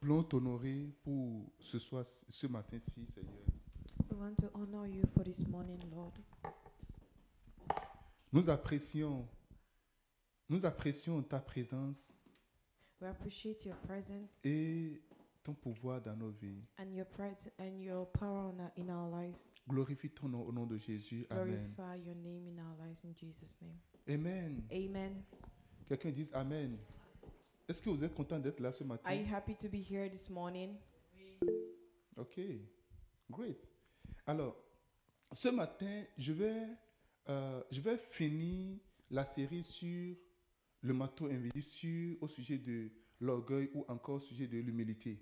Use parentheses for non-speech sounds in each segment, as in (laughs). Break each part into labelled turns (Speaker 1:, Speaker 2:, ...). Speaker 1: voulons t'honorer pour ce soir, ce matin-ci, Seigneur.
Speaker 2: We want to honor you for this morning, Lord.
Speaker 1: Nous apprécions, nous apprécions ta présence
Speaker 2: We appreciate your presence
Speaker 1: et ton pouvoir dans nos vies.
Speaker 2: and your pres- and your power on our, in our lives.
Speaker 1: Glorifie ton nom au nom de Jésus. Amen.
Speaker 2: Glorify your name in our lives in Jesus' name.
Speaker 1: Amen.
Speaker 2: Amen.
Speaker 1: Quelqu'un dise Amen. Est-ce que vous êtes content d'être là ce matin?
Speaker 2: Are you happy to be here this morning?
Speaker 1: Ok, great. Alors, ce matin, je vais, euh, je vais finir la série sur le manteau invisible, sur, au sujet de l'orgueil ou encore au sujet de l'humilité.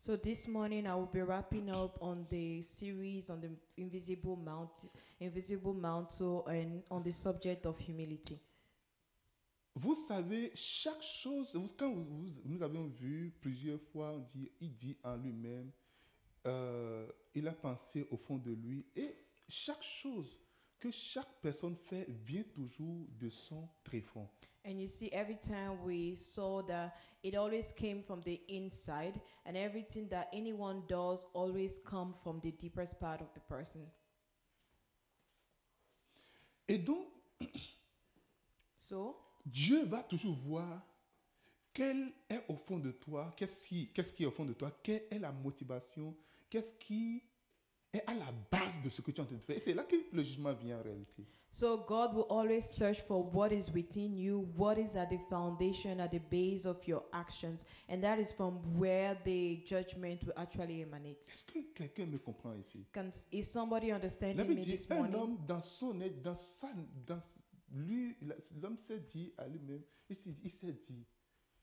Speaker 2: So this morning I will be wrapping up on the series on the invisible mount, invisible mantle, and on the subject of humility.
Speaker 1: Vous savez, chaque chose, vous- quand vous- vous- nous avons vu plusieurs fois, on dit, il dit en lui-même, euh, il a pensé au fond de lui, et chaque chose que chaque personne fait vient toujours de son tréfonds.
Speaker 2: And you see, every time we saw that it always came from the inside, and everything that anyone does always come from the deepest part of the person.
Speaker 1: Et donc,
Speaker 2: So
Speaker 1: Dieu va toujours voir quel est au fond de toi, qu'est-ce qui, qu'est-ce qui est au fond de toi, quelle est la motivation, qu'est-ce qui est à la base de ce que tu es en train de faire. Et c'est là que le jugement vient en réalité.
Speaker 2: So God will always search for what is within you, what is at the foundation, at the base of your actions, and that is from where the judgment will actually emanate.
Speaker 1: Est-ce que quelqu'un me comprend ici
Speaker 2: Can, is somebody
Speaker 1: La
Speaker 2: understanding me
Speaker 1: Bible dit,
Speaker 2: this
Speaker 1: un
Speaker 2: morning?
Speaker 1: homme dans son être, dans sa... Dans, lui, la- l'homme s'est dit à lui-même, il s'est il s'est dit,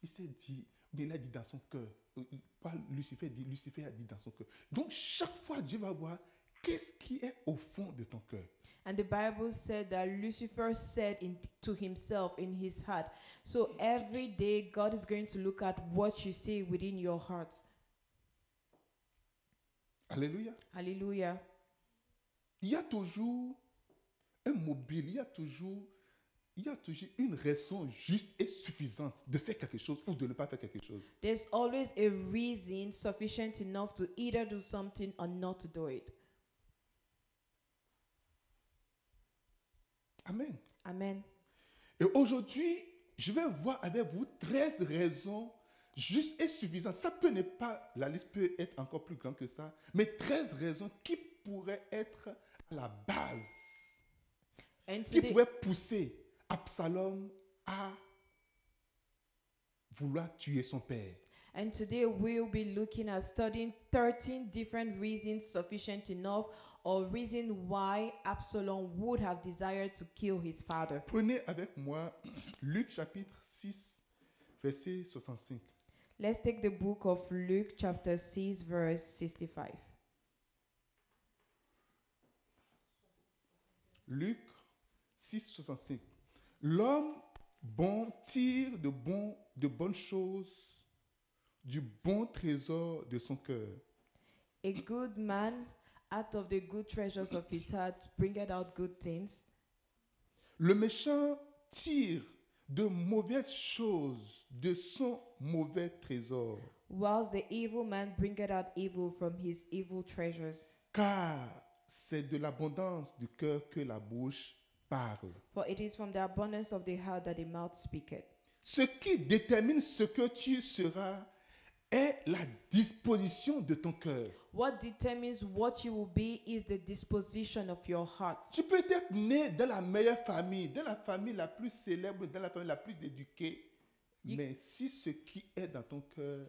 Speaker 1: il s'est dit, mais il a dit dans son cœur, euh, pas Lucifer dit, Lucifer a dit dans son cœur. Donc chaque fois, Dieu va voir qu'est-ce qui est au fond de ton cœur.
Speaker 2: And the Bible said that Lucifer said in, to himself in his heart. So every day, God is going to look at what you say within your heart.
Speaker 1: Alléluia.
Speaker 2: Hallelujah.
Speaker 1: Il y a toujours un mobile, il y a toujours, il y a toujours une raison juste et suffisante de faire quelque chose ou de ne pas faire quelque chose.
Speaker 2: There's always a reason sufficient enough to either do something or not to do it.
Speaker 1: Amen.
Speaker 2: Amen.
Speaker 1: Et aujourd'hui, je vais voir avec vous 13 raisons justes et suffisantes. Ça peut ne pas, la liste peut être encore plus grande que ça, mais 13 raisons qui pourraient être à la base,
Speaker 2: And
Speaker 1: qui
Speaker 2: today,
Speaker 1: pourraient pousser Absalom à vouloir tuer son père.
Speaker 2: And today we'll be looking at studying 13 different reasons sufficient enough or reason why Absalom would have desired to kill his father.
Speaker 1: Prenez avec moi Luc chapitre 6, verset 65.
Speaker 2: Let's take the book of Luke chapter 6 verse 65.
Speaker 1: Luc 6, 65. L'homme bon tire de, bon, de bonnes choses du bon trésor de son cœur.
Speaker 2: A good man out of the good treasures of his heart bringeth out good things,
Speaker 1: Le méchant tire de mauvaises choses de son mauvais trésor.
Speaker 2: whilst the evil man bringeth out evil from his evil treasures.
Speaker 1: Car c'est de l'abondance du cœur que la bouche parle.
Speaker 2: For it is from the abundance of the heart that the mouth speaketh.
Speaker 1: Ce qui détermine ce que tu seras est la disposition de ton cœur.
Speaker 2: What determines what you will be is the disposition of your heart.
Speaker 1: Tu peux être né dans la meilleure famille, dans la famille la plus célèbre, dans la famille la plus éduquée,
Speaker 2: You-
Speaker 1: mais si ce qui est dans ton cœur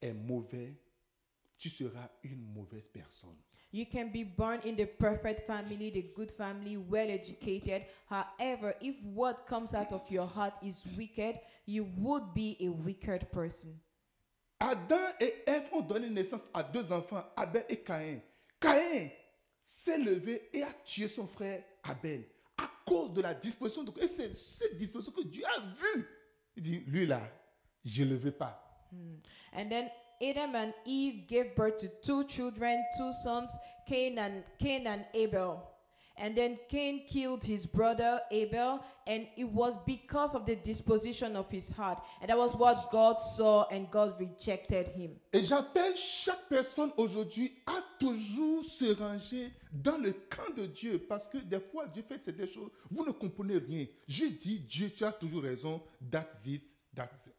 Speaker 1: est mauvais, tu seras une mauvaise personne.
Speaker 2: You can be born in the perfect family, the good family, well educated. However, if what comes out of your heart is wicked, you would be a wicked person.
Speaker 1: Adam et Ève ont donné naissance à deux enfants, Abel et Caïn. Caïn s'est levé et a tué son frère Abel à cause de la disposition. de- Et c'est cette disposition que Dieu a vue. Il dit, lui là, je ne le veux pas.
Speaker 2: And then Adam and Eve gave birth to two children, two sons, Cain and Cain and Abel. And then Cain killed his brother Abel, and it was because of the disposition of his heart. And that was what God saw, and God rejected him.
Speaker 1: Et j'appelle chaque personne aujourd'hui à toujours se ranger dans le camp de Dieu. Parce que des fois, Dieu fait des choses, vous ne comprenez rien. Juste dit, Dieu, tu as toujours raison. That's it, that's it.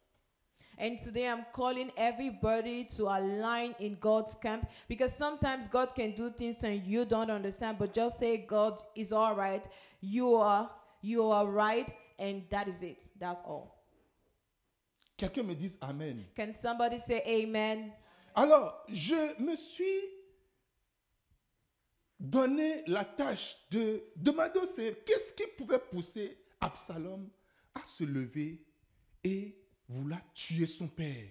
Speaker 2: And today I'm calling everybody to align in God's camp because sometimes God can do things and you don't understand, but just say God is all right, you are you are right, and that is it. That's all.
Speaker 1: Quelqu'un me dise Amen.
Speaker 2: Can somebody say amen?
Speaker 1: Alors, je me suis donné la tâche de demander au Seigneur qu'est-ce qui pouvait pousser Absalom à se lever et vouloir tuer son père.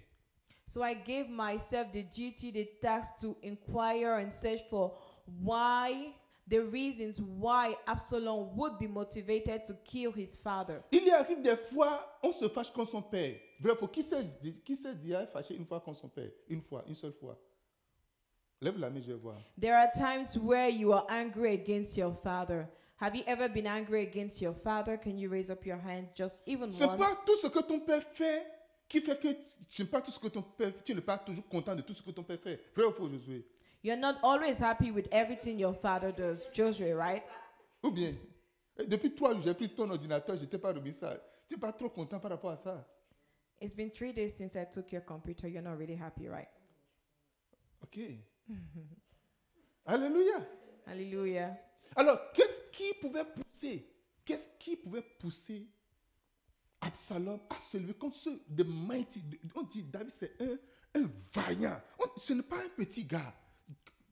Speaker 2: So I gave myself the duty, the task to inquire and search for why the reasons why Absalom would be motivated to kill his father.
Speaker 1: Il y arrive des fois, on se fâche contre son père. Bref, qui s'est qui s'est déjà fâché une fois contre son père Une fois, une seule fois. Lève la main, je vais voir.
Speaker 2: There are times where you are angry against your father. Have you ever been angry against your father? Can you raise up your hands just even
Speaker 1: C'est
Speaker 2: once?
Speaker 1: pas tout ce que ton père fait qui fait que tu n'es pas tout ce que ton père fait. Tu n'es pas toujours content de tout ce que ton père fait. Vrai ou faux, Josué
Speaker 2: You're not always happy with everything your father does, Joshua, right?
Speaker 1: Ou bien, eh, depuis trois jours, j'ai pris ton ordinateur, je t'ai pas remis ça. Tu n'es pas trop content par rapport à ça.
Speaker 2: It's been three days since I took your computer. You're not really happy, right?
Speaker 1: OK. Alléluia.
Speaker 2: Hallelujah.
Speaker 1: Alors, qu'est-ce qui pouvait pousser Qu'est-ce qui pouvait pousser Absalom à se lever contre ceux de mighty On dit David, c'est un, un vaillant. On- ce n'est pas un petit gars.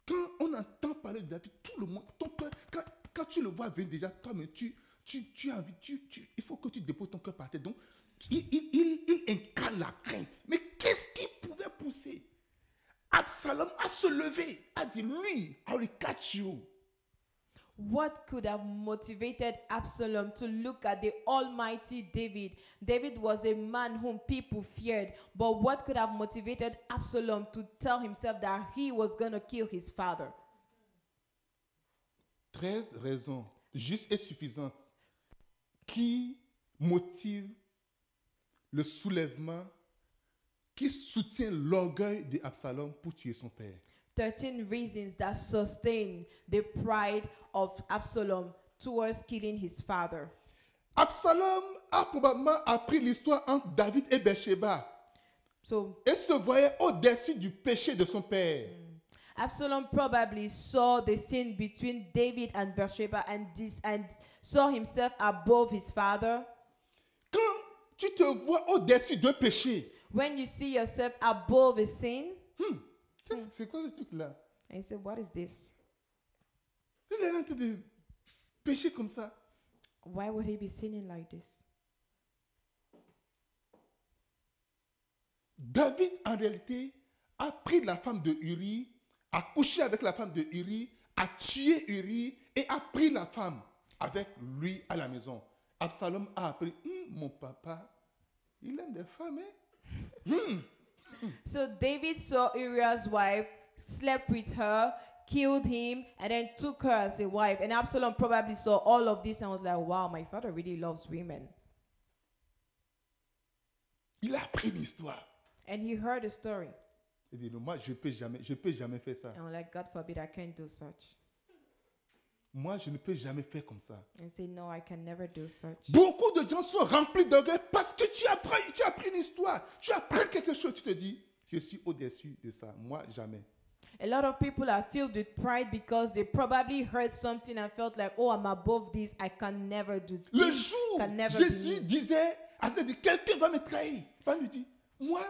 Speaker 1: Quand on entend parler de David, tout le monde, ton cœur, quand, quand tu le vois venir déjà, toi, mais tu, tu, tu as envie, tu, tu- il faut que tu déposes ton cœur par terre. Donc, il, il, il- il incarne la crainte. Mais qu'est-ce qui pouvait pousser Absalom à se lever, à dire, lui, I will catch you.
Speaker 2: What could have motivated Absalom to look at the almighty David? David was a man whom people feared, but what could have motivated Absalom to tell himself that he was going to kill his father?
Speaker 1: 13 raisons justes et suffisantes qui motivent le soulèvement, qui soutient l'orgueil d'Absalom pour tuer son père.
Speaker 2: 13 reasons that sustain the pride of Absalom towards killing his father.
Speaker 1: Absalom a probablement appris l'histoire entre David et Bathsheba
Speaker 2: So
Speaker 1: et se voyait au-dessus du péché de son père.
Speaker 2: Absalom probably saw the sin between David and Bathsheba and this and saw himself above his father.
Speaker 1: Quand tu te vois au-dessus d'un péché,
Speaker 2: When you see yourself above a sin,
Speaker 1: hmm, qu'est-ce- c'est quoi ce truc-là
Speaker 2: and you say, What is this?
Speaker 1: Il est en train de pécher comme ça.
Speaker 2: Why would he be sinning like this?
Speaker 1: David, en réalité, a pris la femme de Uri, a couché avec la femme de Uri, a tué Uri et a pris la femme avec lui à la maison. Absalom a appris, Hum, mon papa, il aime des femmes. hein?
Speaker 2: So David saw Uriah's wife, slept with her, killed him, and then took her as a wife. And Absalom probably saw all of this and was like, wow, my father really loves women.
Speaker 1: Il a appris l'histoire.
Speaker 2: And he heard the story.
Speaker 1: Il dit, non, moi, je ne peux, jamais- je peux jamais faire ça.
Speaker 2: And was like, God forbid, I can't do such.
Speaker 1: Moi, je ne peux jamais faire comme ça.
Speaker 2: And say, no, I can never do such.
Speaker 1: Beaucoup de gens sont remplis d'orgueil parce que tu apprends, tu as appris une histoire, tu apprends quelque chose, tu te dis, je suis au-dessus de ça. Moi, jamais.
Speaker 2: A lot of people are filled with pride because they probably heard something and felt like, oh, I'm above this. I can never do
Speaker 1: Le
Speaker 2: this.
Speaker 1: jour,
Speaker 2: can never be
Speaker 1: Jésus
Speaker 2: me."
Speaker 1: disait à cette dit, quelqu'un va me trahir. Pas lui dit, moi,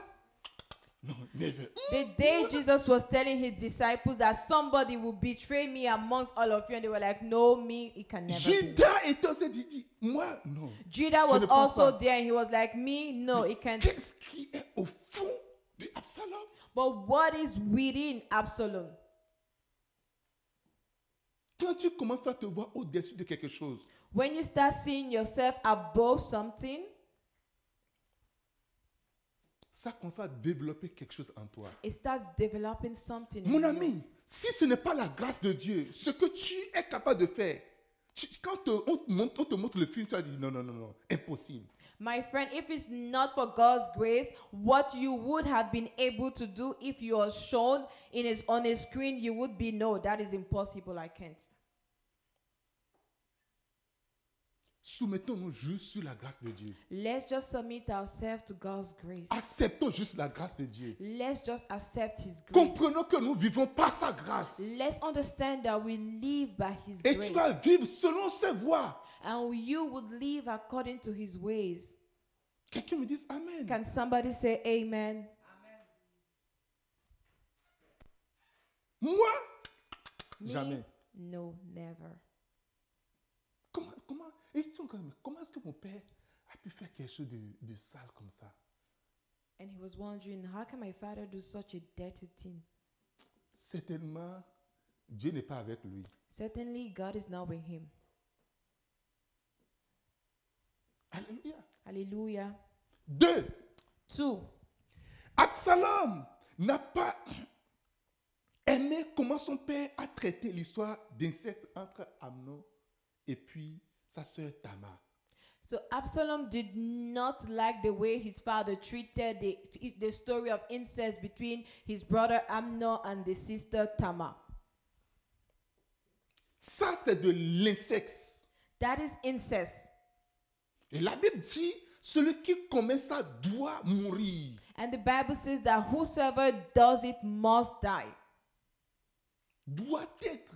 Speaker 1: non, never.
Speaker 2: The day Jesus was telling his disciples that somebody will betray me amongst all of you, and they were like, No, me, it can never be.
Speaker 1: Judas était aussi dit, dit, moi, non.
Speaker 2: Judah
Speaker 1: Je
Speaker 2: was
Speaker 1: ne pense
Speaker 2: also
Speaker 1: pas.
Speaker 2: there, and he was like, Me, no, it can't.
Speaker 1: Qu'est-ce qui est au fond de Absalom
Speaker 2: But what is within Absalom?
Speaker 1: Quand tu commences à te voir au-dessus de quelque chose,
Speaker 2: When you start seeing yourself above something,
Speaker 1: ça commence à développer quelque chose en toi.
Speaker 2: it starts developing something. in
Speaker 1: Mon
Speaker 2: you.
Speaker 1: ami, si ce n'est pas la grâce de Dieu, ce que tu es capable de faire, Tu- Quand te- on, te montre, on te montre le film, tu as dit non, non, non, non, impossible.
Speaker 2: My friend, if it's not for God's grace, what you would have been able to do if you are shown in his, on a screen, you would be, no, that is impossible. I can't.
Speaker 1: Soumettons-nous juste sur la grâce de Dieu.
Speaker 2: Let's just submit ourselves to God's grace.
Speaker 1: Acceptons juste la grâce de Dieu.
Speaker 2: Let's just accept his grace.
Speaker 1: Comprenons que nous vivons par sa grâce.
Speaker 2: Let's understand that we live by his
Speaker 1: Et
Speaker 2: grace.
Speaker 1: tu vas vivre selon ses voies.
Speaker 2: And you would live according to his ways.
Speaker 1: Quelqu'un me dise Amen.
Speaker 2: Can somebody say amen?
Speaker 1: Moi,
Speaker 2: Me?
Speaker 1: jamais.
Speaker 2: No, never.
Speaker 1: Comment, comment, et tu dis encore, mais comment est-ce que mon père a pu faire quelque chose de, de sale comme ça
Speaker 2: And he was wondering, how can my father do such a dirty thing?
Speaker 1: Certainement, Dieu n'est pas avec lui.
Speaker 2: Certainly, God is not with him.
Speaker 1: Alléluia.
Speaker 2: Hallelujah.
Speaker 1: Deux,
Speaker 2: Two,
Speaker 1: Absalom n'a pas aimé comment son père a traité l'histoire d'inceste entre Amnon et puis sa sœur Tamar.
Speaker 2: so Absalom did not like the way his father treated the, the story of incest between his brother Amnon and the sister Tamar.
Speaker 1: Ça, c'est de l'incexe.
Speaker 2: That is incest.
Speaker 1: Et la Bible dit, celui qui commet ça doit mourir.
Speaker 2: And the Bible says that whosoever does it must die,
Speaker 1: doit être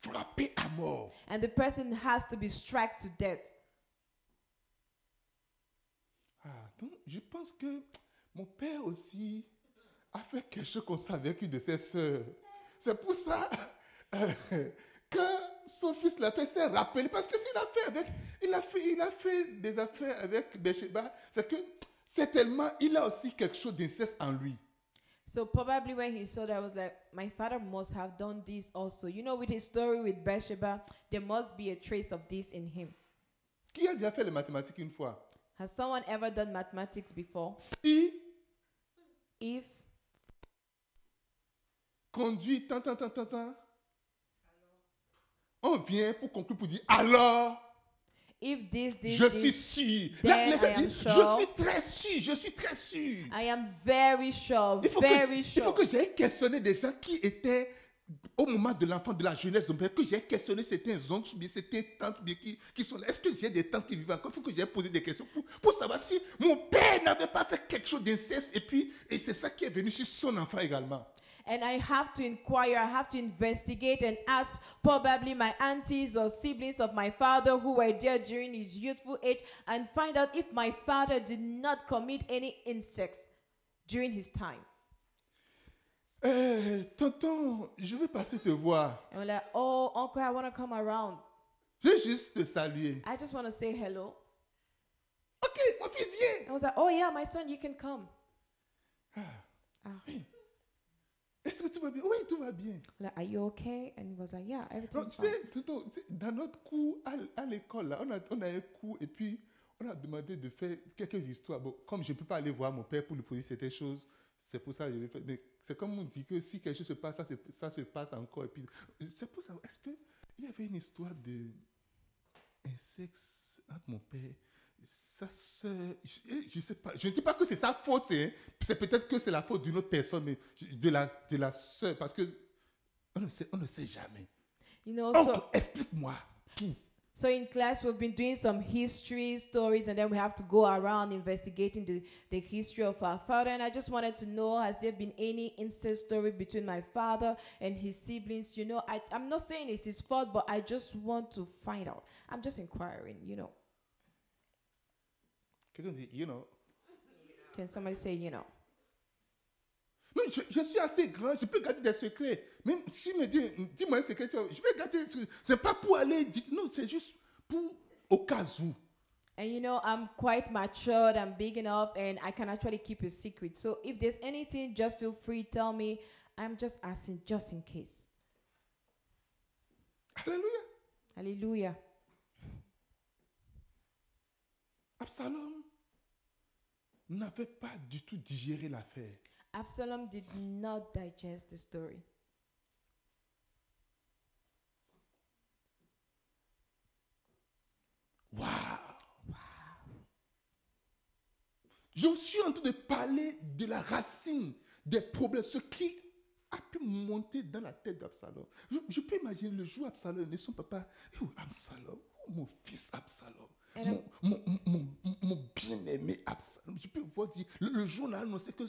Speaker 1: frappé à mort.
Speaker 2: and the person has to be struck to death.
Speaker 1: Ah, donc, je pense que mon père aussi a fait quelque chose comme ça avec une de ses sœurs. C'est pour ça euh, que son fils l'a fait s'est rappelé. Parce que s'il a fait avec, il a fait, il a fait des affaires avec Bathsheba, c'est que c'est tellement, il a aussi quelque chose d'inceste en lui.
Speaker 2: So probably when he saw that, I was like, my father must have done this also. You know, with his story with Bathsheba, there must be a trace of this in him.
Speaker 1: Qui a déjà fait les mathématiques une fois
Speaker 2: Has someone ever done mathematics before?
Speaker 1: Si
Speaker 2: If
Speaker 1: conduit tant, tant, tant, tant, tant, on vient pour conclure, pour dire alors.
Speaker 2: if this this,
Speaker 1: Je suis
Speaker 2: this
Speaker 1: sûr.
Speaker 2: Then
Speaker 1: La- laissez
Speaker 2: I am
Speaker 1: dire,
Speaker 2: sure.
Speaker 1: Je suis très sûr. Je suis très sûr.
Speaker 2: I am very sure,
Speaker 1: Il faut, que,
Speaker 2: very
Speaker 1: il
Speaker 2: sure.
Speaker 1: faut que j'aille questionner des gens qui étaient au moment de l'enfant, de la jeunesse, de mon père, que j'ai questionné certains oncles, bien certains tantes, bien qui, qui sont là. Est-ce que j'ai des tantes qui vivent encore Il faut que j'aille poser des questions pour, pour savoir si mon père n'avait pas fait quelque chose d'inceste et puis et c'est ça qui est venu sur son enfant également.
Speaker 2: And I have to inquire, I have to investigate and ask probably my aunties or siblings of my father who were there during his youthful age and find out if my father did not commit any insects during his time.
Speaker 1: Euh, tonton, je veux passer te voir.
Speaker 2: And we're like, oh, uncle, I want to come around.
Speaker 1: Je veux juste te saluer.
Speaker 2: I just want to say hello.
Speaker 1: Ok, mon fils, viens.
Speaker 2: I was like, oh, yeah, my son, you can come.
Speaker 1: Ah,
Speaker 2: Ah.
Speaker 1: Est-ce que tout va bien Oui, tout va bien.
Speaker 2: Like, are you okay? And he was like, yeah,
Speaker 1: Non,
Speaker 2: everything's
Speaker 1: tu
Speaker 2: fine.
Speaker 1: sais, Toto, tu sais, dans notre cours à, l- à l'école, là, on, a, on a un cours et puis on a demandé de faire quelques histoires. Bon, comme je ne peux pas aller voir mon père pour lui poser certaines choses, c'est pour ça que je vais faire. Mais c'est comme on dit que si quelque chose se passe, ça se, ça se passe encore. Et puis, c'est pour ça. Est-ce qu'il y avait une histoire de un sexe entre mon père sa sœur, je ne sais pas, je ne dis pas que c'est sa faute, hein. c'est peut-être que c'est la faute d'une autre personne, mais je- de la, de la sœur, parce que on ne sait, on ne sait jamais.
Speaker 2: You know, so.
Speaker 1: Oncle, explique-moi.
Speaker 2: So in class, we've been doing some history stories, and then we have to go around investigating the, the history of our father. And I just wanted to know, has there been any incest story between my father and his siblings? You know, I, I'm not saying it's his fault, but I just want to find out. I'm just inquiring, you know.
Speaker 1: Quelqu'un dit, you know.
Speaker 2: Can somebody say, you know?
Speaker 1: Non, je, je suis assez grand, je peux garder des secrets. Même si me dit, dis-moi un secret, tu vois, je vais garder. ce- C'est pas pour aller, dire- non, c'est juste pour au cas où.
Speaker 2: And you know, I'm quite matured, I'm big enough, and I can actually keep a secret. So if there's anything, just feel free, tell me. I'm just asking, just in case.
Speaker 1: Alléluia.
Speaker 2: Hallelujah.
Speaker 1: Absalom n'avait pas du tout digéré l'affaire.
Speaker 2: Absalom did not digest the story.
Speaker 1: Je vous suis en train de parler de la racine des problèmes, ce qui a pu monter dans la tête d'Absalom. Je, je peux imaginer le jour où Absalom et son papa, Eh, oh, Absalom, oh, mon fils Absalom,
Speaker 2: Et
Speaker 1: mon, mon- mon- mon- mon bien-aimé Absalom. Je peux voir dire, le, le jour où on a annoncé qu'un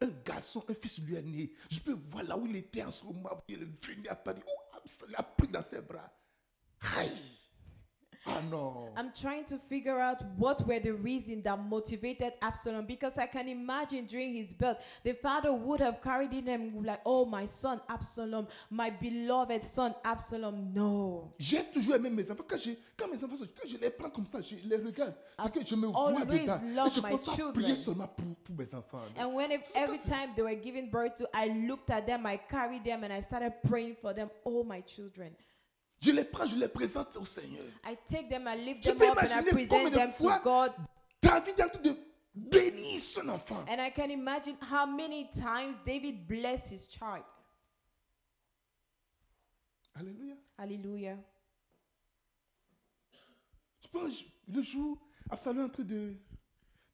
Speaker 1: un garçon, un fils lui est né. Je peux voir là où il était en ce moment, où il est venu à Paris, où Absalom l'a pris dans ses bras. Aïe! Ah non!
Speaker 2: I'm trying to figure out what were the reasons that motivated Absalom because I can imagine during his birth, the father would have carried in him like, oh, my son Absalom, my beloved son Absalom. No.
Speaker 1: J'ai toujours aimé mes enfants. Quand, je, quand mes enfants sont- quand je les prends comme ça, je les regarde. C'est
Speaker 2: I've
Speaker 1: que je me vois
Speaker 2: always
Speaker 1: dedans. Et
Speaker 2: loved
Speaker 1: je
Speaker 2: my
Speaker 1: pense à
Speaker 2: children.
Speaker 1: prier seulement pour, pour mes enfants.
Speaker 2: And when if,
Speaker 1: So
Speaker 2: every
Speaker 1: that's it.
Speaker 2: time they were giving birth to, I looked at them, I carried them, and I started praying for them, oh, my children.
Speaker 1: Je les prends, je les présente au Seigneur.
Speaker 2: I take them, I lift
Speaker 1: Je
Speaker 2: them
Speaker 1: peux
Speaker 2: up, and I
Speaker 1: imaginer combien
Speaker 2: present
Speaker 1: de
Speaker 2: them
Speaker 1: fois-
Speaker 2: to God.
Speaker 1: David est en train de bénir son enfant.
Speaker 2: And I can imagine how many times David blessed his child.
Speaker 1: Alléluia.
Speaker 2: Hallelujah.
Speaker 1: Je pense le jour, Absalom est en train de,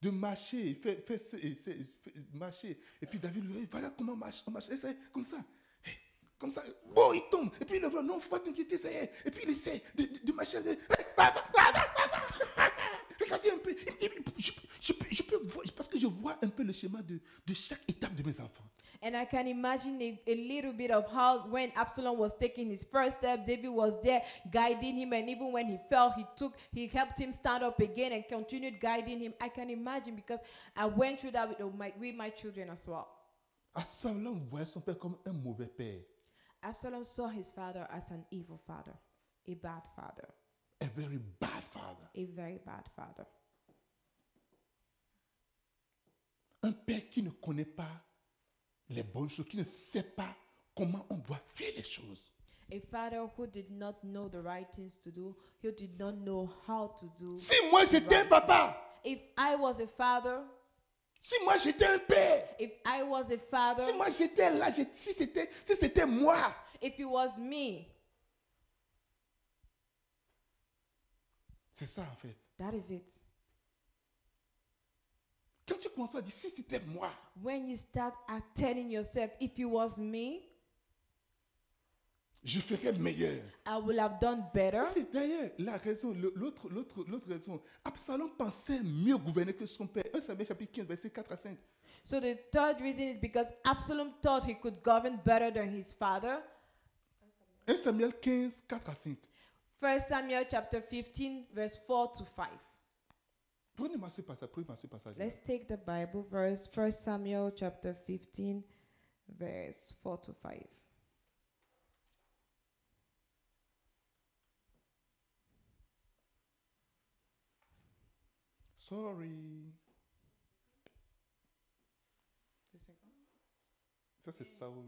Speaker 1: de marcher, il fait, fait ce- et ce- et fait- marcher. Et puis David lui dit, voilà comment on marche. On marche. Et ça, comme ça. Eh, Comme ça. Bon, il tombe. Et puis il le voit, non, il ne faut pas t'inquiéter, ça y est. Et puis il essaie de, de, de marcher. Et- Ah, ah, ah, ah, ah, ah, ah. (laughs) Regardez un peu. Et- et- Je, je peux- je peux voir, parce que je vois un peu le schéma de, de chaque étape de mes enfants.
Speaker 2: And I can imagine a, a little bit of how when Absalom was taking his first step, David was there guiding him, and even when he fell, he took, he helped him stand up again and continued guiding him. I can imagine because I went through that with oh, my, with my children as well.
Speaker 1: Absalom voyait son père comme un mauvais père,
Speaker 2: Absalom saw his father as an evil father, a bad father,
Speaker 1: un very bad father.
Speaker 2: a very bad father,
Speaker 1: Un père qui ne connaît pas les bonnes choses, qui ne sait pas comment on doit faire les choses.
Speaker 2: a father who did not know the right things to do, who did not know how to do.
Speaker 1: Si moi j'étais un papa,
Speaker 2: If I was a father,
Speaker 1: si moi j'étais un père,
Speaker 2: if I was a father,
Speaker 1: si moi j'étais là, j'ai- si c'était si c'était moi,
Speaker 2: if it was me,
Speaker 1: c'est ça en fait.
Speaker 2: That is it.
Speaker 1: Quand tu commences à dire si c'était moi,
Speaker 2: When you start at telling yourself, if it was me,
Speaker 1: je ferais meilleur.
Speaker 2: I would have done better.
Speaker 1: C'est d'ailleurs la raison, le- l'autre l'autre- l'autre raison. Absalom pensait mieux gouverner que son père. 1 Samuel chapitre 15, verset 4 à 5.
Speaker 2: So the third reason is because Absalom thought he could govern better than his father.
Speaker 1: 1 Samuel 15, 4 à 5.
Speaker 2: First Samuel chapter 15, verse 4 to 5.
Speaker 1: Prenez-moi ce passage, prenez-moi ce passage.
Speaker 2: Let's take the Bible verse, First Samuel chapter 15, verse 4 to 5.
Speaker 1: Sorry. Ça, c'est Saul.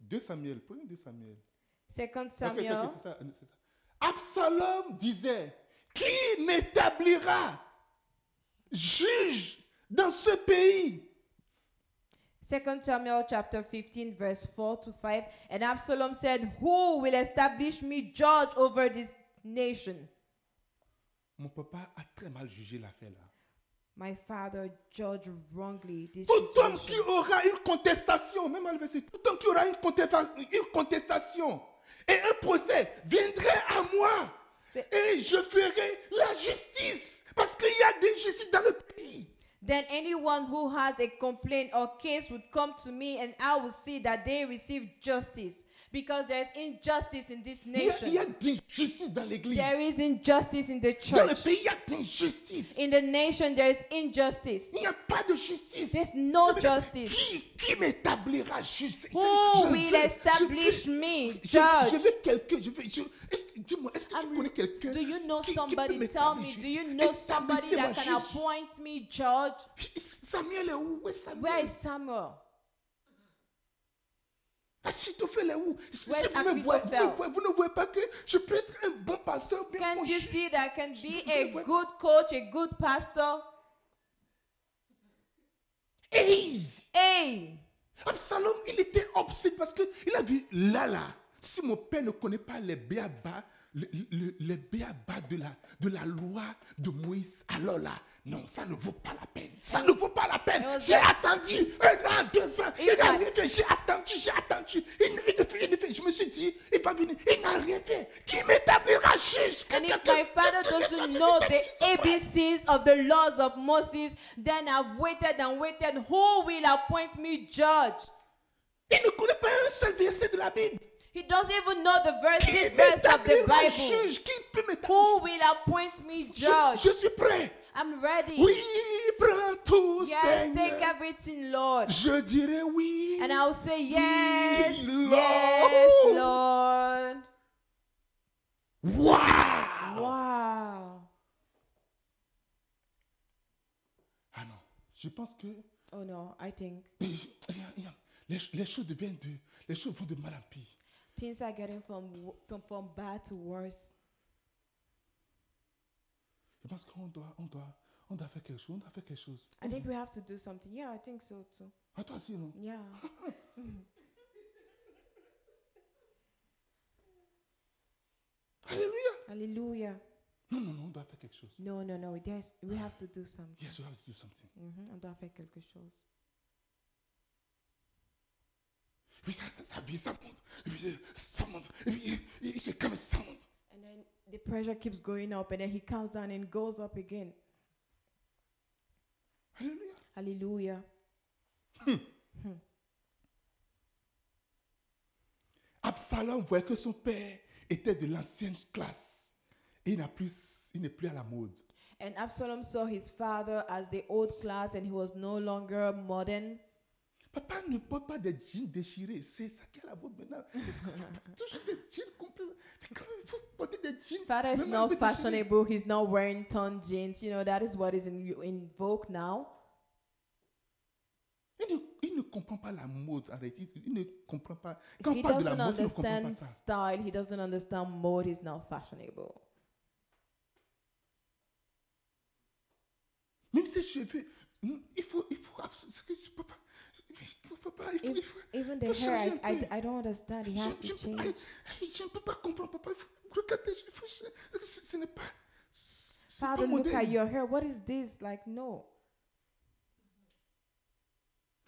Speaker 1: 2 Samuel, prenez 2 Samuel.
Speaker 2: Second
Speaker 1: Ok, ok, ok,
Speaker 2: Samuel.
Speaker 1: c'est ça, euh, c'est ça. Absalom disait Qui m'établira juge dans ce pays
Speaker 2: Second Samuel chapter 15, verse 4 to 5. And Absalom said, Who will establish me judge over this nation?
Speaker 1: Mon papa a très mal jugé l'affaire là.
Speaker 2: My father judged wrongly this
Speaker 1: Tout homme qui
Speaker 2: situation.
Speaker 1: aura une contestation, même à le verset, tout homme qui aura une, contesta- une contestation et un procès viendrait à moi
Speaker 2: C'est-
Speaker 1: et je ferai la justice parce qu'il y a des justices dans le pays.
Speaker 2: Then anyone who has a complaint or case would come to me, and I will see that they receive justice. Because there's injustice in this
Speaker 1: Il y a, il y a
Speaker 2: nation.
Speaker 1: des justices dans l'église.
Speaker 2: There is injustice in the
Speaker 1: Dans le
Speaker 2: church.
Speaker 1: pays, il y a des justices.
Speaker 2: In the nation, there is injustice.
Speaker 1: Il n'y a pas de justice.
Speaker 2: There's no
Speaker 1: Ça veut dire,
Speaker 2: justice.
Speaker 1: Qui, qui m'établira justice
Speaker 2: Who will establish me
Speaker 1: Je, je
Speaker 2: judge?
Speaker 1: veux quelqu'un. Je veux. je- est-ce que- Dis-moi, est-ce que tu
Speaker 2: I'm-
Speaker 1: connais quelqu'un
Speaker 2: Do you know
Speaker 1: qui- qui peut
Speaker 2: somebody? Tell
Speaker 1: m'établir
Speaker 2: me.
Speaker 1: ju-
Speaker 2: Do you know somebody
Speaker 1: Établissez-moi
Speaker 2: that can
Speaker 1: juge.
Speaker 2: appoint me judge?
Speaker 1: Samuel est où Où est Samuel
Speaker 2: Where is Samuel?
Speaker 1: Achitophel est où Si
Speaker 2: Where is
Speaker 1: vous, me voyez, vous, me
Speaker 2: Achitophel?
Speaker 1: voyez, vous ne voyez pas que je peux être un bon pasteur, bien
Speaker 2: Can't
Speaker 1: bon
Speaker 2: you
Speaker 1: chef.
Speaker 2: see that I can be
Speaker 1: je-
Speaker 2: a
Speaker 1: je-
Speaker 2: good coach, a good pastor?
Speaker 1: Hey
Speaker 2: Hey,
Speaker 1: Absalom, il était obsédé parce qu'il a vu là, là, si mon père ne connaît pas les béabas, le- le- les béabas de la, de la loi de Moïse, alors là, non, ça ne vaut pas la peine. Ça ne vaut pas la peine.
Speaker 2: was
Speaker 1: J'ai attendu un an, deux ans. Il
Speaker 2: It's
Speaker 1: n'a
Speaker 2: like-
Speaker 1: rien fait. J'ai attendu, j'ai attendu. Il, ne- il ne fait, il ne fait. Je me suis dit, il va venir. Il n'a rien fait. Qui m'établira juge
Speaker 2: And if my father doesn't know the ABCs of the laws of Moses, then I've waited and waited. Who will appoint me judge?
Speaker 1: Il ne connaît pas un seul verset de la Bible.
Speaker 2: He doesn't even know the verse,
Speaker 1: Qui
Speaker 2: this verse of the
Speaker 1: m'établira
Speaker 2: Bible.
Speaker 1: juge Qui peut m'établir
Speaker 2: Who will appoint me
Speaker 1: je,
Speaker 2: judge?
Speaker 1: je suis prêt.
Speaker 2: I'm ready.
Speaker 1: Oui, prends tout,
Speaker 2: Yes, take
Speaker 1: Seigneur.
Speaker 2: everything, Lord.
Speaker 1: Je dirais oui.
Speaker 2: And I'll say, Yes,
Speaker 1: Lord.
Speaker 2: yes, Lord.
Speaker 1: Waouh!
Speaker 2: Wow.
Speaker 1: Ah non, je pense que
Speaker 2: Oh no, I think
Speaker 1: les, les choses deviennent de, les choses vont de mal en pire.
Speaker 2: things are getting from wo- to- from bad to worse.
Speaker 1: Je pense qu'on doit, on doit, on doit faire quelque chose. On doit faire quelque chose.
Speaker 2: I think we have to do something. Yeah, I think so too.
Speaker 1: Ah, toi aussi, non?
Speaker 2: (laughs) Yeah.
Speaker 1: Alléluia.
Speaker 2: Hallelujah. Ah.
Speaker 1: Non, non, non, on doit faire quelque chose.
Speaker 2: No, no, no. There's, we have to do something.
Speaker 1: Yes, we have to do something.
Speaker 2: Mhm, On doit faire quelque chose.
Speaker 1: Oui, ça, ça, ça vit, ça monte. Et puis, euh, ça monte. Et puis, il, il- il se calme, ça monte.
Speaker 2: And then the pressure keeps going up, and then he comes down and goes up again.
Speaker 1: Alléluia.
Speaker 2: Hallelujah.
Speaker 1: Absalom voyait que son père était de l'ancienne classe. Et il n'a plus, il n'est plus à la mode.
Speaker 2: And Absalom saw his father as the old class, and he was no longer modern.
Speaker 1: Papa ne porte pas des jeans déchirés. C'est ça qui est à la mode maintenant. Toujours des jeans complets. Mais quand même, il faut porter des jeans.
Speaker 2: Father is
Speaker 1: même un
Speaker 2: not
Speaker 1: peu déchirés.
Speaker 2: fashionable. He's not wearing torn jeans. You know that is what is in in vogue now.
Speaker 1: Il ne, il ne comprend pas la mode en réalité. Il ne comprend pas. Quand
Speaker 2: he
Speaker 1: on parle de la
Speaker 2: doesn't
Speaker 1: mode, il ne comprend pas ça.
Speaker 2: understand style. He doesn't understand mode. He's not fashionable.
Speaker 1: Même ses cheveux, hmm, il faut. Il faut abs- c'est que je peux pas- je peux pas- il faut- il
Speaker 2: If-
Speaker 1: faut-
Speaker 2: even
Speaker 1: faut
Speaker 2: the hair,
Speaker 1: changer un
Speaker 2: I, I,
Speaker 1: peu.
Speaker 2: I don't understand. He
Speaker 1: Je-
Speaker 2: has
Speaker 1: je
Speaker 2: to
Speaker 1: ne peux pas-
Speaker 2: change.
Speaker 1: je ne peux pas comprendre, papa. Il faut- regardez, il faut- ce- ce n'est pas. C'est pas
Speaker 2: Father, look at
Speaker 1: moderne.
Speaker 2: your hair. What is this? Like no.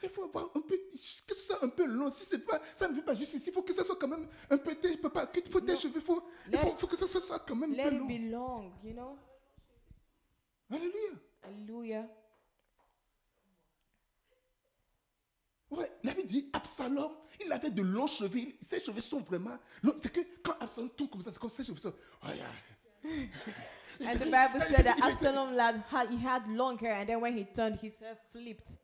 Speaker 1: Il faut avoir un peu, que ce soit un peu long. Si c'est pas, ça ne vient pas juste ici. Il faut que ça soit quand même un peu. tes- Papa, que- faut tes
Speaker 2: Non.
Speaker 1: cheveux, faut, il
Speaker 2: Let-
Speaker 1: faut, faut que ça, ça soit quand même un
Speaker 2: Let
Speaker 1: peu
Speaker 2: it
Speaker 1: long.
Speaker 2: be long. You know.
Speaker 1: Alléluia.
Speaker 2: Hallelujah.
Speaker 1: Ouais, la Bible dit Absalom, il avait de longs cheveux. Il- Ses cheveux sont vraiment longs. C'est que quand Absalom tombe comme ça, c'est comme ses cheveux. sont- Oh,
Speaker 2: (laughs)
Speaker 1: yeah.
Speaker 2: And the Bible said that Absalom lad had he had long hair, and then when he turned, his hair flipped.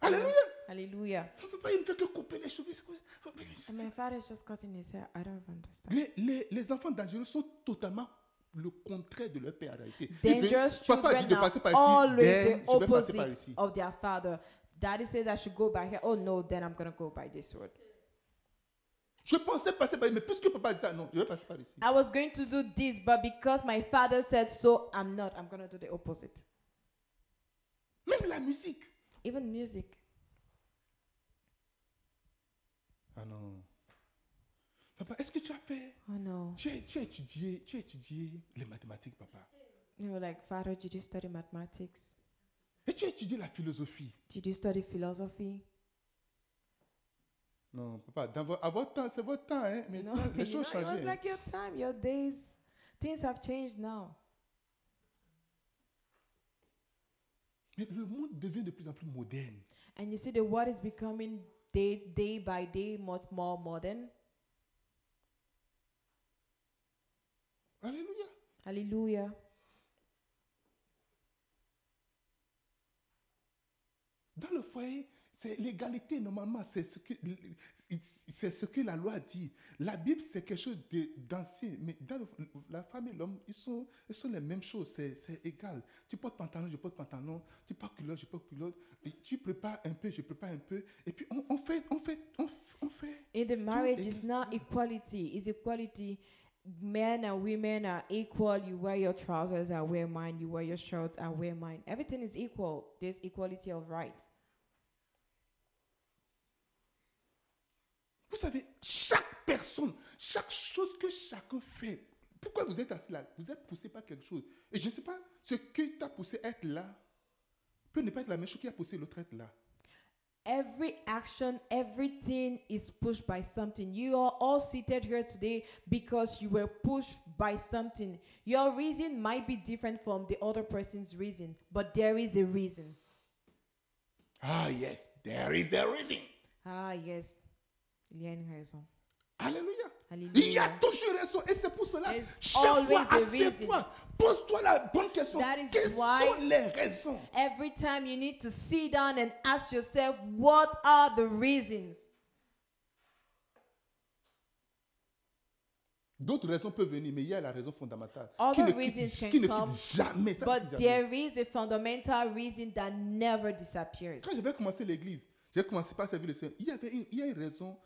Speaker 1: Alléluia.
Speaker 2: Hallelujah.
Speaker 1: Papa, il ne fait que couper les cheveux. c'est quoi ça?
Speaker 2: And my father's just cutting his hair. I don't understand.
Speaker 1: Les, les, les enfants dangereux sont totalement le contraire de leur père en réalité. Ils viennent-
Speaker 2: Dangerous
Speaker 1: Papa a dit
Speaker 2: children
Speaker 1: de
Speaker 2: are
Speaker 1: passer par ici.
Speaker 2: always
Speaker 1: Ben,
Speaker 2: the
Speaker 1: je vais passer par
Speaker 2: opposite
Speaker 1: ici.
Speaker 2: of their father. Daddy says I should go by here. Oh no, then I'm gonna go by this road.
Speaker 1: Je pensais passer par ici, mais puisque papa a dit ça, non, je vais passer par ici.
Speaker 2: I was going to do this, but because my father said so, I'm not. I'm gonna do the opposite.
Speaker 1: Même la musique.
Speaker 2: Even music.
Speaker 1: Ah non. Papa, est-ce que tu as fait
Speaker 2: Oh no.
Speaker 1: tu as, tu as étudié, tu as étudié les mathématiques, papa.
Speaker 2: You know, like father, did you study mathematics?
Speaker 1: Et tu as étudié la philosophie.
Speaker 2: Did you study philosophy?
Speaker 1: Non, papa, dans vo- à votre temps, c'est votre temps, hein. Mais (laughs)
Speaker 2: No,
Speaker 1: maintenant, les
Speaker 2: you know,
Speaker 1: choses
Speaker 2: it was
Speaker 1: changent. hein.
Speaker 2: like your time, your days. Things have changed now.
Speaker 1: Mais le monde devient de plus en plus moderne.
Speaker 2: And you see the world is becoming day day by day much more modern.
Speaker 1: Alléluia.
Speaker 2: Hallelujah.
Speaker 1: Dans le foyer, c'est l'égalité, normalement, c'est ce, que, c'est ce que la loi dit. La Bible, c'est quelque chose de- d'ancien, mais dans le- la femme et l'homme, ils sont, ils sont les mêmes choses, c'est, c'est égal. Tu portes pantalon, je porte pantalon, tu portes culotte, je porte culotte, et tu prépares un peu, je prépare un peu, et puis on, on fait, on fait, on, f- on fait.
Speaker 2: In the marriage,
Speaker 1: it
Speaker 2: it's
Speaker 1: is
Speaker 2: not equality. It's equality. Men and women are equal. You wear your trousers, I wear mine. You wear your shorts, I wear mine. Everything is equal. There's equality of rights.
Speaker 1: Vous savez, chaque personne, chaque chose que chacun fait Pourquoi vous êtes assis là Vous êtes poussé par quelque chose. Et je ne sais pas, ce qui t'a poussé à être là peut ne pas être la même chose qui a poussé l'autre à être là.
Speaker 2: Every action, everything is pushed by something. You are all seated here today because you were pushed by something. Your reason might be different from the other person's reason, but there is a reason.
Speaker 1: Ah yes, there is the reason.
Speaker 2: Ah, yes. Il y a une raison.
Speaker 1: Alléluia.
Speaker 2: Alléluia.
Speaker 1: Il y a toujours une raison. Et c'est pour cela,
Speaker 2: There's
Speaker 1: chaque
Speaker 2: always
Speaker 1: fois,
Speaker 2: a
Speaker 1: à ces
Speaker 2: reason.
Speaker 1: fois, pose-toi la bonne question.
Speaker 2: That is
Speaker 1: Quelles
Speaker 2: why-
Speaker 1: sont les raisons
Speaker 2: Every time you need to sit down and ask yourself, what are the reasons?
Speaker 1: D'autres raisons peuvent venir, mais il y a la raison fondamentale qui
Speaker 2: Other
Speaker 1: ne quitte,
Speaker 2: reasons can
Speaker 1: qui ne quitte
Speaker 2: come,
Speaker 1: jamais. ça ne
Speaker 2: But
Speaker 1: quitte jamais.
Speaker 2: there is a fundamental reason that never disappears.
Speaker 1: Quand je vais commencer l'église, j'ai commencé par servir le Seigneur. Il y avait une, il y a une raison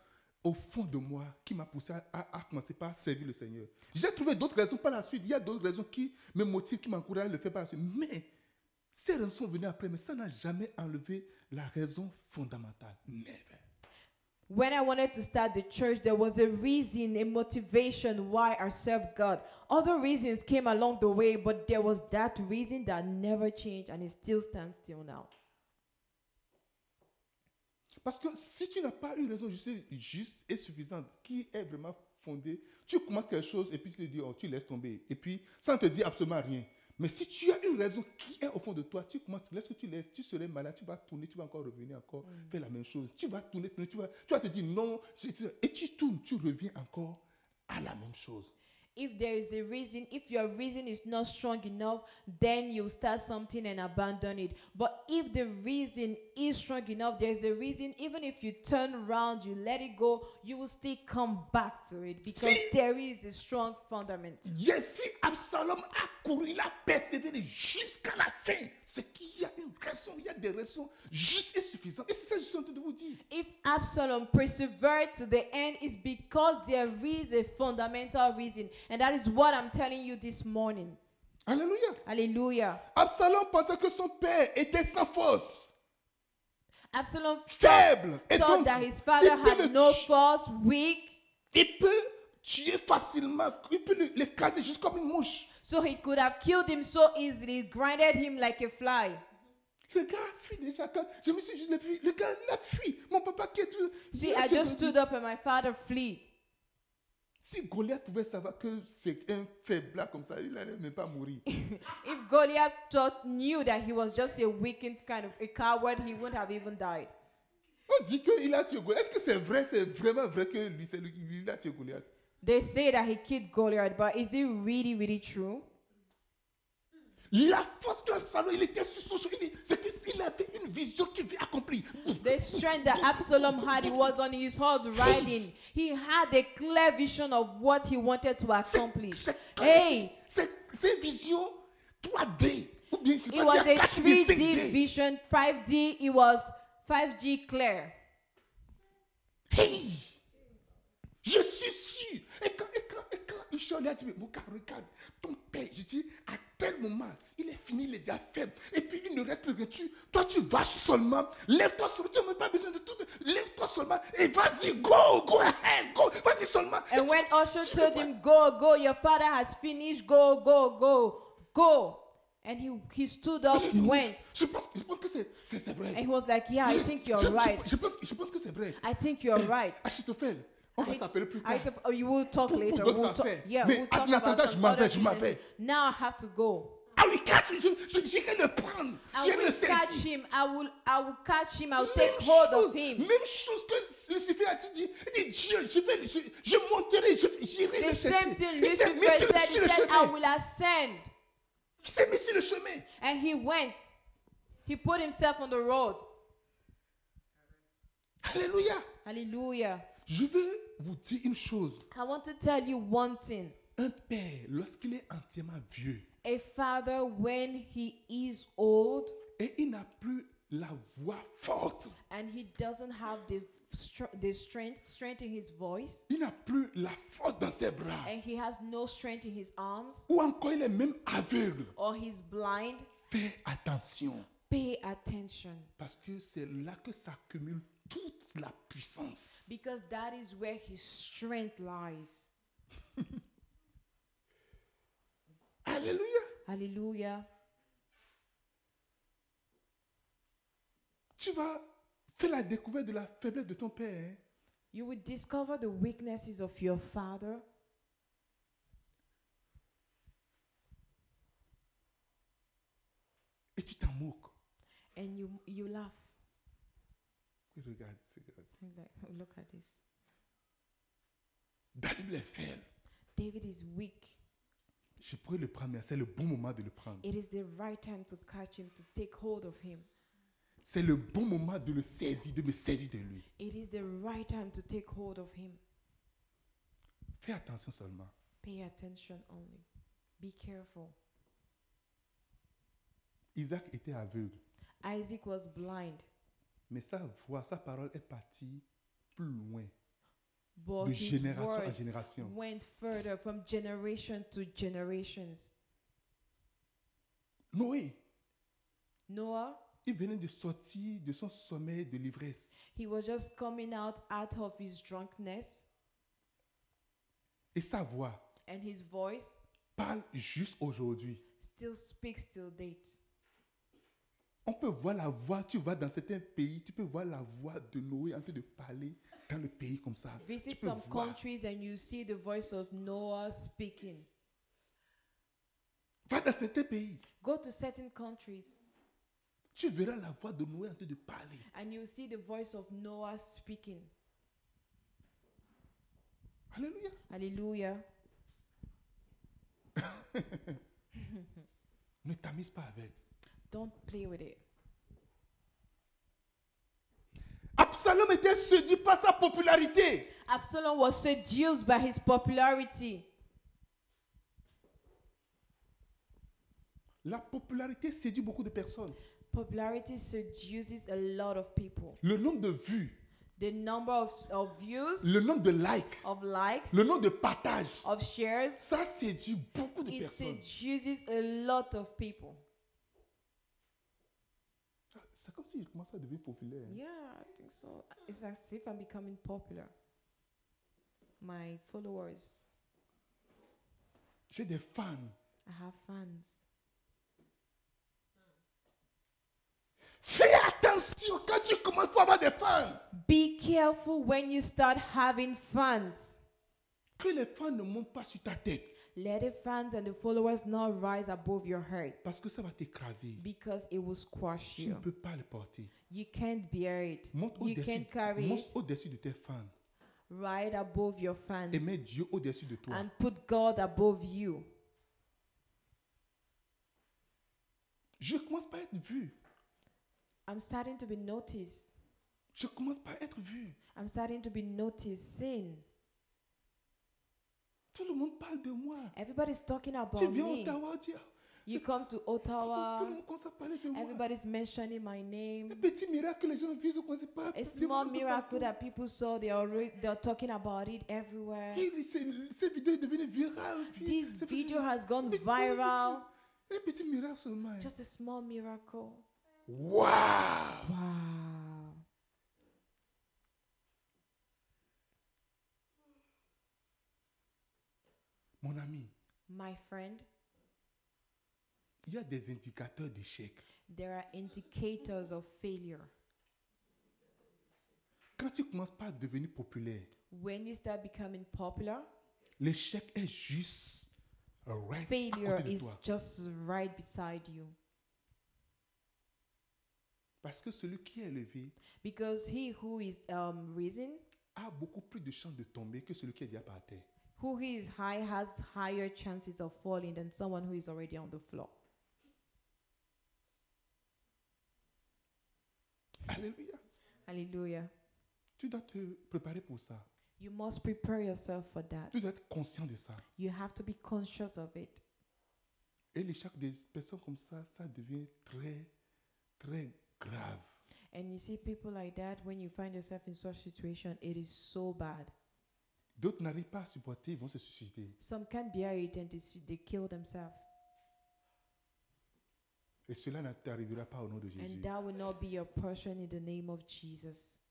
Speaker 1: au fond de moi qui m'a poussé à, à- à commencer par servir le Seigneur. J'ai trouvé d'autres raisons par la suite. Il y a d'autres raisons qui me motivent, qui m'encouragent à le faire par la suite. Mais ces raisons sont venues après, mais ça n'a jamais enlevé la raison fondamentale. Never.
Speaker 2: When I wanted to start the church, there was a reason, a motivation why I served God. Other reasons came along the way, but there was that reason that never changed and it still stands till now.
Speaker 1: Parce que si tu n'as pas une raison juste, juste et suffisante qui est vraiment fondée, tu commences quelque chose et puis tu te dis, oh, tu laisses tomber. Et puis, ça ne te dit absolument rien. Mais si tu as une raison qui est au fond de toi, tu commences, lorsque tu laisses, tu serais malade, tu vas tourner, tu vas encore revenir, encore faire la même chose. Tu vas tourner, tourner, tu vas, tu vas te dire non. je- je- Et tu tournes, tu reviens encore à la même chose.
Speaker 2: If there is a reason, if your reason is not strong enough, then you start something and abandon it. But if the reason is strong enough, there is a reason, even if you turn around, you let it go, you will still come back to it because
Speaker 1: See?
Speaker 2: there is a strong fundament.
Speaker 1: Yes, si Absalom a couru, il a persévéré jusqu'à la fin. C'est qu'il y a une raison, il y a des raisons justes et suffisantes. Et c'est ça que je suis en train de vous dire.
Speaker 2: If Absalom persevered to the end, it's because there is a fundamental reason. And that is what I'm telling you this morning.
Speaker 1: Alléluia.
Speaker 2: Hallelujah.
Speaker 1: Absalom pensait que son père était sans force,
Speaker 2: Absalom
Speaker 1: faible. Et
Speaker 2: thought
Speaker 1: donc,
Speaker 2: that his
Speaker 1: il,
Speaker 2: father
Speaker 1: peut le
Speaker 2: had no
Speaker 1: tu-
Speaker 2: force, weak,
Speaker 1: il peut tuer facilement, il peut le- l'écraser juste comme une mouche.
Speaker 2: so he could have killed him so easily, grinded him like a fly.
Speaker 1: Le gars a fui déjà. Quand je me suis juste levé, le gars il a fui. Mon papa qui est tout.
Speaker 2: See,
Speaker 1: il a
Speaker 2: I
Speaker 1: tué
Speaker 2: just
Speaker 1: David.
Speaker 2: stood up and my father fled.
Speaker 1: Si Goliath pouvait savoir que c'est un faible comme ça, il n'allait même pas mourir.
Speaker 2: If Goliath thought knew that he was just a weakened kind of a coward, he wouldn't have even died.
Speaker 1: On dit qu'il a tué Goliath. Est-ce que c'est vrai, c'est vraiment vrai que lui, c'est lui, il a tué Goliath
Speaker 2: They say that he killed Goliath, but is it really, really true?
Speaker 1: La force que Absalom, il était sur son chemin, c'est qu'il avait une vision qui veut accomplir.
Speaker 2: The strength that Absalom had, he was on his horse riding. He had a clear vision of what he wanted to
Speaker 1: C'est-
Speaker 2: accomplish.
Speaker 1: c'est-
Speaker 2: Hey,
Speaker 1: C'est c'est vision 3D. Ou bien, je sais
Speaker 2: it
Speaker 1: pas
Speaker 2: was
Speaker 1: s'il y
Speaker 2: a
Speaker 1: a 4D,
Speaker 2: 3D
Speaker 1: 5D.
Speaker 2: vision, 5D, it was 5G clear.
Speaker 1: Hey! Je suis sûr. Et quand, et quand, et quand Michel lui a dit, mais mon gars, regarde, ton père, je dis, à tel moment, il est fini, il est déjà faible. Et puis il ne reste plus que tu. Toi, tu vas seulement. Lève-toi seulement. Tu n'as même pas besoin de tout. Lève-toi seulement. Et vas-y, go, go ahead, go. Vas-y seulement. Et
Speaker 2: And
Speaker 1: tu-
Speaker 2: when Osho
Speaker 1: tu le
Speaker 2: told
Speaker 1: vois.
Speaker 2: him, Go, go, your father has finished, go, go, go, go. And he, he stood up,
Speaker 1: Je- je-
Speaker 2: went.
Speaker 1: Je pense, je pense que c'est- c'est c'est vrai.
Speaker 2: And he was like, Yeah, I
Speaker 1: Yes,
Speaker 2: think
Speaker 1: je-
Speaker 2: you're
Speaker 1: je-
Speaker 2: right.
Speaker 1: Je pense, je pense que c'est vrai.
Speaker 2: I think you're right.
Speaker 1: Achitophel, on va s'appeler plus tard.
Speaker 2: I, oh, you will talk
Speaker 1: Pour- pour
Speaker 2: later.
Speaker 1: d'autres
Speaker 2: We'll talk,
Speaker 1: affaires.
Speaker 2: yeah,
Speaker 1: Mais
Speaker 2: we'll talk
Speaker 1: en attendant,
Speaker 2: about
Speaker 1: je
Speaker 2: some
Speaker 1: m'en
Speaker 2: other
Speaker 1: vais, je m'en
Speaker 2: business.
Speaker 1: vais.
Speaker 2: Now I have to go.
Speaker 1: Ah oui, catch, je- je- j'irai le prendre.
Speaker 2: I
Speaker 1: J'irai le
Speaker 2: will catch
Speaker 1: saisir.
Speaker 2: him. I will I will catch him. I will
Speaker 1: Même
Speaker 2: take hold
Speaker 1: chose-
Speaker 2: of him.
Speaker 1: Même chose que Lucifer a dit, dit, il dit, Dieu, je vais, je, je monterai, je- j'irai le
Speaker 2: The
Speaker 1: chercher.
Speaker 2: same thing
Speaker 1: Il s'est mis
Speaker 2: Lucifer
Speaker 1: sur le-
Speaker 2: said,
Speaker 1: sur
Speaker 2: he
Speaker 1: le
Speaker 2: said, I
Speaker 1: chemin.
Speaker 2: will ascend.
Speaker 1: Il s'est mis sur le chemin.
Speaker 2: And he went. He put himself on the road.
Speaker 1: Alléluia.
Speaker 2: Hallelujah.
Speaker 1: Je veux vous dire une chose.
Speaker 2: I want to tell you one thing.
Speaker 1: Un père, lorsqu'il est entièrement vieux
Speaker 2: A father, when he is old
Speaker 1: et il n'a plus la voix forte,
Speaker 2: and he doesn't have the, str- the strength, strength in his voice,
Speaker 1: il n'a plus la force dans ses bras,
Speaker 2: and he has no strength in his arms,
Speaker 1: ou encore il est même aveugle,
Speaker 2: or he's blind,
Speaker 1: fais attention.
Speaker 2: pay attention
Speaker 1: Parce que c'est là que s'accumule toute la puissance.
Speaker 2: because that is where his strength lies.
Speaker 1: Alléluia.
Speaker 2: Hallelujah.
Speaker 1: Tu vas faire la découverte de la faiblesse de ton père. hein.
Speaker 2: You will discover the weaknesses of your father.
Speaker 1: Et tu t'en moques.
Speaker 2: and you you laugh
Speaker 1: Oui, Regarde, regarde.
Speaker 2: like (laughs) look at this
Speaker 1: David est faible.
Speaker 2: david is weak
Speaker 1: Je pourrais le prendre, mais c'est le bon moment de le prendre.
Speaker 2: it is the right time to catch him to take hold of him
Speaker 1: C'est le bon moment de le saisir, de me saisir de lui.
Speaker 2: it is the right time to take hold of him
Speaker 1: Fais attention seulement.
Speaker 2: pay attention only be careful
Speaker 1: Isaac était aveugle,
Speaker 2: isaac was blind
Speaker 1: mais sa voix, sa parole est partie plus loin,
Speaker 2: but
Speaker 1: de
Speaker 2: his
Speaker 1: génération à
Speaker 2: words
Speaker 1: génération.
Speaker 2: went further from generation to generations
Speaker 1: Noé,
Speaker 2: noah
Speaker 1: il venait de sortir de son sommeil de l'ivresse.
Speaker 2: he was just coming out out of his drunkenness
Speaker 1: Et sa voix
Speaker 2: and his voice
Speaker 1: parle juste aujourd'hui.
Speaker 2: still speaks till date
Speaker 1: On peut voir la voix, tu vas dans certains pays, tu peux voir la voix de Noé en train de parler dans le pays comme ça. Tu
Speaker 2: Visit
Speaker 1: peux
Speaker 2: some
Speaker 1: voir.
Speaker 2: countries and you see the voice of Noah speaking.
Speaker 1: Va dans certains pays,
Speaker 2: Go to certain countries
Speaker 1: tu verras la voix de Noé en train de parler.
Speaker 2: and you see the voice of Noah speaking.
Speaker 1: Alléluia.
Speaker 2: Hallelujah.
Speaker 1: Ne t'amuse pas avec.
Speaker 2: Don't play with it.
Speaker 1: Absalom était séduit par sa popularité.
Speaker 2: Absalom was seduced by his popularity.
Speaker 1: La popularité séduit beaucoup de personnes.
Speaker 2: Popularity seduces a lot of people.
Speaker 1: Le nombre de vues,
Speaker 2: The number of, of views,
Speaker 1: le nombre de likes,
Speaker 2: of likes,
Speaker 1: le nombre de partages,
Speaker 2: of shares,
Speaker 1: ça séduit beaucoup de
Speaker 2: it
Speaker 1: personnes.
Speaker 2: seduces a lot of people.
Speaker 1: Ah, C'est comme si je commençais à devenir populaire. hein.
Speaker 2: Yeah, I think so. It's as if I'm becoming popular. My followers
Speaker 1: J'ai des fans.
Speaker 2: I have fans.
Speaker 1: Fais attention quand tu commences à avoir des fans.
Speaker 2: Be careful when you start having fans.
Speaker 1: Que les fans ne montent pas sur ta tête.
Speaker 2: Let the fans and the followers not rise above your head
Speaker 1: Parce que ça va t'écraser.
Speaker 2: because it will squash
Speaker 1: Tu ne
Speaker 2: you.
Speaker 1: peux pas le porter.
Speaker 2: You can't bear it.
Speaker 1: Monte
Speaker 2: You
Speaker 1: au-dessus
Speaker 2: can't carry it
Speaker 1: monte au-dessus de tes fans.
Speaker 2: right above your fans
Speaker 1: Et mets Dieu au-dessus de toi.
Speaker 2: and put God above you.
Speaker 1: Je commence pas à être vu.
Speaker 2: I'm starting to be noticed.
Speaker 1: Je commence pas à être vu.
Speaker 2: I'm starting to be noticed. Sin.
Speaker 1: Tout le monde parle de moi.
Speaker 2: Everybody's talking
Speaker 1: Tu
Speaker 2: about
Speaker 1: viens
Speaker 2: me.
Speaker 1: Ottawa, tu- ah,
Speaker 2: You come to
Speaker 1: tout le
Speaker 2: Ottawa.
Speaker 1: monde commence à parler de moi.
Speaker 2: Everybody's mentioning my name.
Speaker 1: Un petit miracle que les gens vivent, on ne sait pas.
Speaker 2: A
Speaker 1: les gens sont
Speaker 2: small
Speaker 1: de
Speaker 2: miracle
Speaker 1: partout.
Speaker 2: that people saw, they are re- they're talking about it everywhere.
Speaker 1: Et ces- Ces vidéos sont devenues virales. puis
Speaker 2: This
Speaker 1: c'est petit-
Speaker 2: video has gone
Speaker 1: petit- petit-
Speaker 2: viral.
Speaker 1: Un petit miracle seulement. hein.
Speaker 2: Just a small miracle.
Speaker 1: Waouh!
Speaker 2: Wow.
Speaker 1: Mon ami,
Speaker 2: My friend,
Speaker 1: il y a des indicateurs d'échec.
Speaker 2: there are indicators of failure.
Speaker 1: Quand tu commences pas à devenir populaire,
Speaker 2: When you start becoming popular,
Speaker 1: l'échec est juste right à
Speaker 2: failure
Speaker 1: côté de
Speaker 2: is
Speaker 1: toi.
Speaker 2: just right beside you.
Speaker 1: Parce que celui qui est élevé
Speaker 2: Because he who is um, risen,
Speaker 1: a beaucoup plus de chances de tomber que celui qui est déjà par terre.
Speaker 2: who he is high, has higher chances of falling than someone who is already on the floor.
Speaker 1: Alléluia.
Speaker 2: Hallelujah.
Speaker 1: Tu dois te préparer pour ça.
Speaker 2: You must prepare yourself for that.
Speaker 1: Tu dois être conscient de ça.
Speaker 2: You have to be conscious of it.
Speaker 1: Et l'échec des personnes comme ça, ça devient très, très grave.
Speaker 2: And you see people like that when you find yourself in such situation, it is so bad.
Speaker 1: D'autres n'arrivent pas à supporter, ils vont se suicider.
Speaker 2: Some can't bear it and they, su- they kill themselves.
Speaker 1: Et cela ne t'arrivera pas au nom de Jésus.
Speaker 2: And that will not be your portion in the name of Jesus.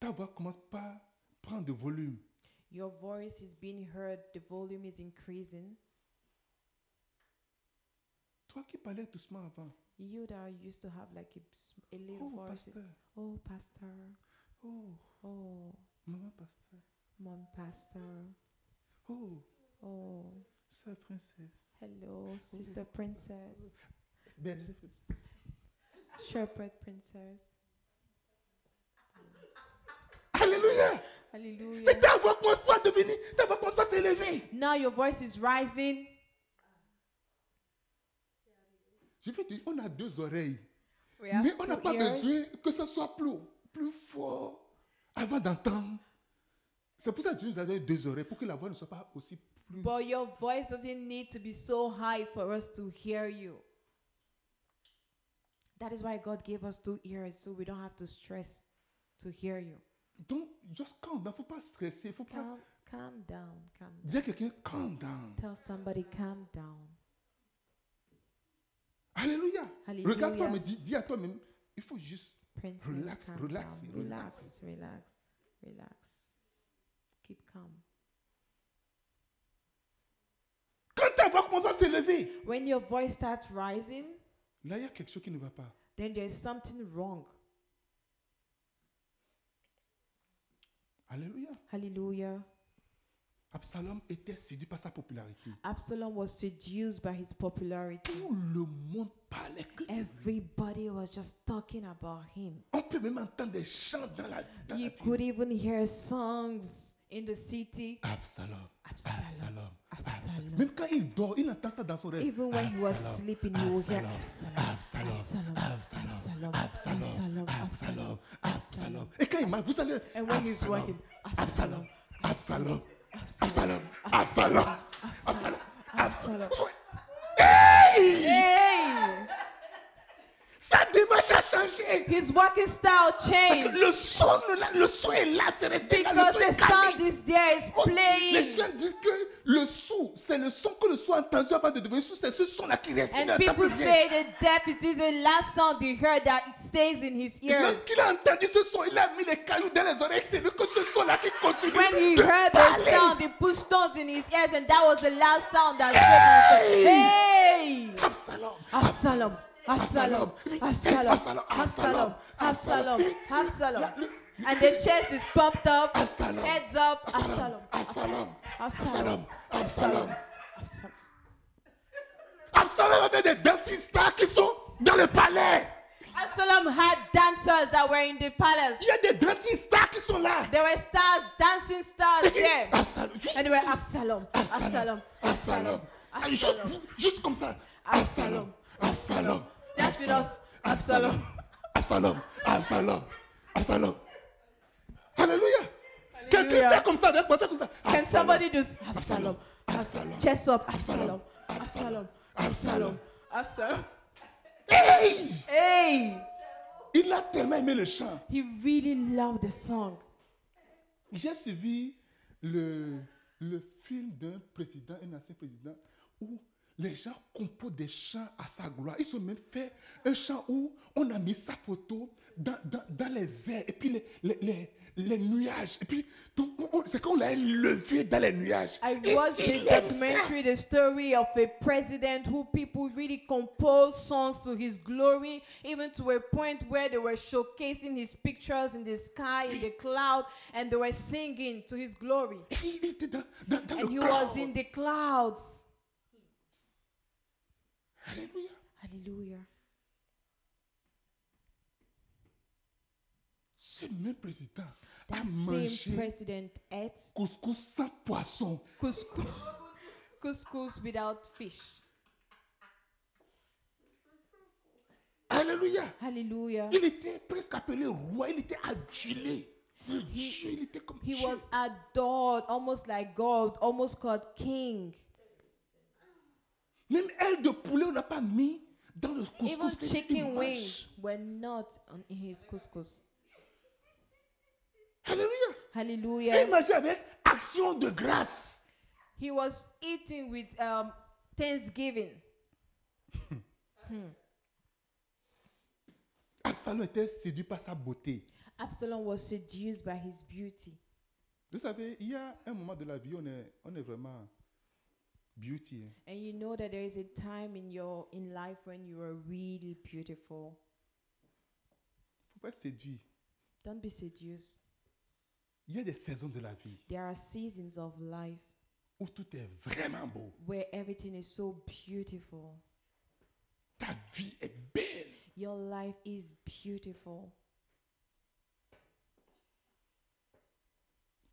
Speaker 1: Ta voix commence pas à prendre de volume.
Speaker 2: Your voice is being heard, the volume is increasing.
Speaker 1: Toi qui parlais doucement avant.
Speaker 2: You that used to have like a, s- a little
Speaker 1: Oh,
Speaker 2: voice.
Speaker 1: pasteur.
Speaker 2: Oh, pastor.
Speaker 1: Oh,
Speaker 2: Oh,
Speaker 1: maman pasteur.
Speaker 2: mom, pastor.
Speaker 1: Oh,
Speaker 2: Oh,
Speaker 1: sœur princesse.
Speaker 2: hello, sister princess,
Speaker 1: Belle princesse.
Speaker 2: shepherd princess.
Speaker 1: Alléluia.
Speaker 2: Hallelujah.
Speaker 1: Et ta voix commence pas à devenir, ta voix commence à s'élever.
Speaker 2: Now your voice is rising.
Speaker 1: Je veux dire, on a deux oreilles.
Speaker 2: We have
Speaker 1: Mais on n'a
Speaker 2: two
Speaker 1: pas
Speaker 2: ears.
Speaker 1: besoin que ce soit plus, plus fort avant d'entendre. C'est pour ça que Dieu nous a donné deux oreilles, pour que la voix ne soit pas aussi plus.
Speaker 2: But your voice doesn't need to be so high for us to hear you. That is why God gave us two ears so we don't have to stress to hear you.
Speaker 1: Donc, just calm down. faut pas stresser. faut pas
Speaker 2: Calm, calm down, calm down.
Speaker 1: dire à quelqu'un calm down.
Speaker 2: Tell somebody, calm down.
Speaker 1: Alléluia.
Speaker 2: Alléluia.
Speaker 1: Regarde-toi, mais dis, dis à toi-même, il faut juste.
Speaker 2: Princess,
Speaker 1: Relax,
Speaker 2: calm
Speaker 1: relax,
Speaker 2: down.
Speaker 1: relax.
Speaker 2: relax, relax, relax. Keep calm.
Speaker 1: Quand ta voix commence à s'élever,
Speaker 2: When your voice starts rising,
Speaker 1: là, il y a quelque chose qui ne va pas.
Speaker 2: then there is something wrong.
Speaker 1: Alléluia.
Speaker 2: Hallelujah.
Speaker 1: Absalom était séduit par sa popularité.
Speaker 2: Absalom was seduced by his popularity.
Speaker 1: Tout le monde parlait que.
Speaker 2: Eh. Everybody was just talking about him.
Speaker 1: On peut même entendre des chants dans la, dans la
Speaker 2: You
Speaker 1: ville.
Speaker 2: could even hear songs in the city.
Speaker 1: Absalom.
Speaker 2: Absalom.
Speaker 1: Absalom.
Speaker 2: Absalom.
Speaker 1: Absalom. Même quand il dort, il entend ça dans son rêve.
Speaker 2: Even when he was sleeping, he would hear Absalom,
Speaker 1: Absalom.
Speaker 2: Absalom,
Speaker 1: Absalom.
Speaker 2: Absalom,
Speaker 1: Absalom.
Speaker 2: Absalom,
Speaker 1: Absalom. Absalom.
Speaker 2: Absalom.
Speaker 1: Et quand il marche, vous allez.
Speaker 2: And when he's
Speaker 1: Absalom.
Speaker 2: walking,
Speaker 1: Absalom. Absalom. Absalom.
Speaker 2: Absalom,
Speaker 1: Absalom.
Speaker 2: Absalom,
Speaker 1: Absalom.
Speaker 2: Absalom.
Speaker 1: Hey!
Speaker 2: Hey!
Speaker 1: Sa démarche a changé.
Speaker 2: His walking style
Speaker 1: Parce que
Speaker 2: changed
Speaker 1: le son, ne l'a- le son est là, c'est resté là.
Speaker 2: because
Speaker 1: Le son
Speaker 2: the
Speaker 1: est calé.
Speaker 2: sound is there, is
Speaker 1: Oh, Les
Speaker 2: playing.
Speaker 1: gens disent que le sourd, c'est le son que le sourd a entendu avant de devenir sourd, c'est ce son-là qui reste. il
Speaker 2: And
Speaker 1: n'entend
Speaker 2: people
Speaker 1: plus rien.
Speaker 2: say the deaf is this the last sound they heard that it stays in his ears.
Speaker 1: Lorsqu'il a entendu ce son, il a mis les cailloux dans les oreilles. C'est lui que ce son-là qui continue
Speaker 2: When he
Speaker 1: de
Speaker 2: heard the
Speaker 1: parler.
Speaker 2: sound, he put stones in his ears, and that was the last sound that stayed. Hey!
Speaker 1: Absalom.
Speaker 2: Absalom, Absalom, Absalom, Absalom, Absalom, Absalom. And the chest is pumped up,
Speaker 1: Absalom.
Speaker 2: heads up, Absalom,
Speaker 1: Absalom. Absalom.
Speaker 2: Absalom.
Speaker 1: Absalom.
Speaker 2: Absalom.
Speaker 1: Absalom avait des dancing stars qui sont dans le palais.
Speaker 2: Absalom had dancers that were in the palace.
Speaker 1: Il y a des dancing stars qui sont là.
Speaker 2: There were stars, dancing stars there.
Speaker 1: Absalom. Juste-
Speaker 2: And they were Absalom,
Speaker 1: Absalom.
Speaker 2: Absalom,
Speaker 1: Absalom. Ah, juste-
Speaker 2: Absalom.
Speaker 1: Juste comme ça. Absalom.
Speaker 2: Absalom.
Speaker 1: Absalom.
Speaker 2: That's with us.
Speaker 1: Absalom. Absalom. Absalom. Absalom. Alléluia. Quelqu'un fait comme ça avec moi, fait comme ça.
Speaker 2: Can
Speaker 1: Absalom.
Speaker 2: somebody do s-
Speaker 1: Absalom.
Speaker 2: Absalom?
Speaker 1: Absalom.
Speaker 2: Chest up,
Speaker 1: Absalom.
Speaker 2: Absalom,
Speaker 1: Absalom.
Speaker 2: Absalom,
Speaker 1: Absalom.
Speaker 2: Absalom, Absalom.
Speaker 1: Hey!
Speaker 2: Hey!
Speaker 1: Il a tellement aimé le chant.
Speaker 2: He really loved the song.
Speaker 1: J'ai suivi le, le film d'un président, un ancien président, où les gens composent des chants à sa gloire. Ils ont même fait un chant où on a mis sa photo dans, dans, dans les airs, et puis les, les, les, les nuages. Et puis, donc, on- on- c'est qu'on l'a levé dans les nuages.
Speaker 2: I
Speaker 1: Et
Speaker 2: watched
Speaker 1: il
Speaker 2: the
Speaker 1: aime ça.
Speaker 2: documentary, the story of a president who people really composed songs to his glory, even to a point where they were showcasing his pictures in the sky, in the cloud, and they were singing to his glory.
Speaker 1: Et Il était dans, dans, dans
Speaker 2: And he
Speaker 1: le
Speaker 2: was
Speaker 1: cloud.
Speaker 2: in the clouds.
Speaker 1: Alléluia.
Speaker 2: Hallelujah.
Speaker 1: Ce même président a
Speaker 2: That same
Speaker 1: mangé
Speaker 2: president ate
Speaker 1: couscous sans poisson.
Speaker 2: couscous, (laughs) couscous without fish.
Speaker 1: Alléluia.
Speaker 2: Hallelujah.
Speaker 1: Il était presque appelé roi, il était adulé. Le
Speaker 2: He-
Speaker 1: Dieu, il était comme
Speaker 2: He
Speaker 1: Dieu.
Speaker 2: was adored, almost like God, almost called king.
Speaker 1: Même aile de poulet, on n'a pas mis dans le
Speaker 2: Even
Speaker 1: couscous. c'était une
Speaker 2: chicken
Speaker 1: image.
Speaker 2: wings were not on in his couscous.
Speaker 1: Alléluia. Et Il
Speaker 2: Hallelujah.
Speaker 1: mangeait avec action de grâce.
Speaker 2: He was eating with um, thanksgiving.
Speaker 1: Absalom était séduit par sa beauté.
Speaker 2: Absalom was seduced by his beauty.
Speaker 1: Vous savez, il y a un moment de la vie, on est, on est vraiment beauty. hein.
Speaker 2: And you know that there is a time in your in life when you are really beautiful.
Speaker 1: Faut pas être séduit.
Speaker 2: Don't be seduced.
Speaker 1: Il y a des saisons de la vie
Speaker 2: There are seasons of life
Speaker 1: où tout est vraiment beau.
Speaker 2: where everything is so beautiful.
Speaker 1: Ta vie est belle.
Speaker 2: Your life is beautiful.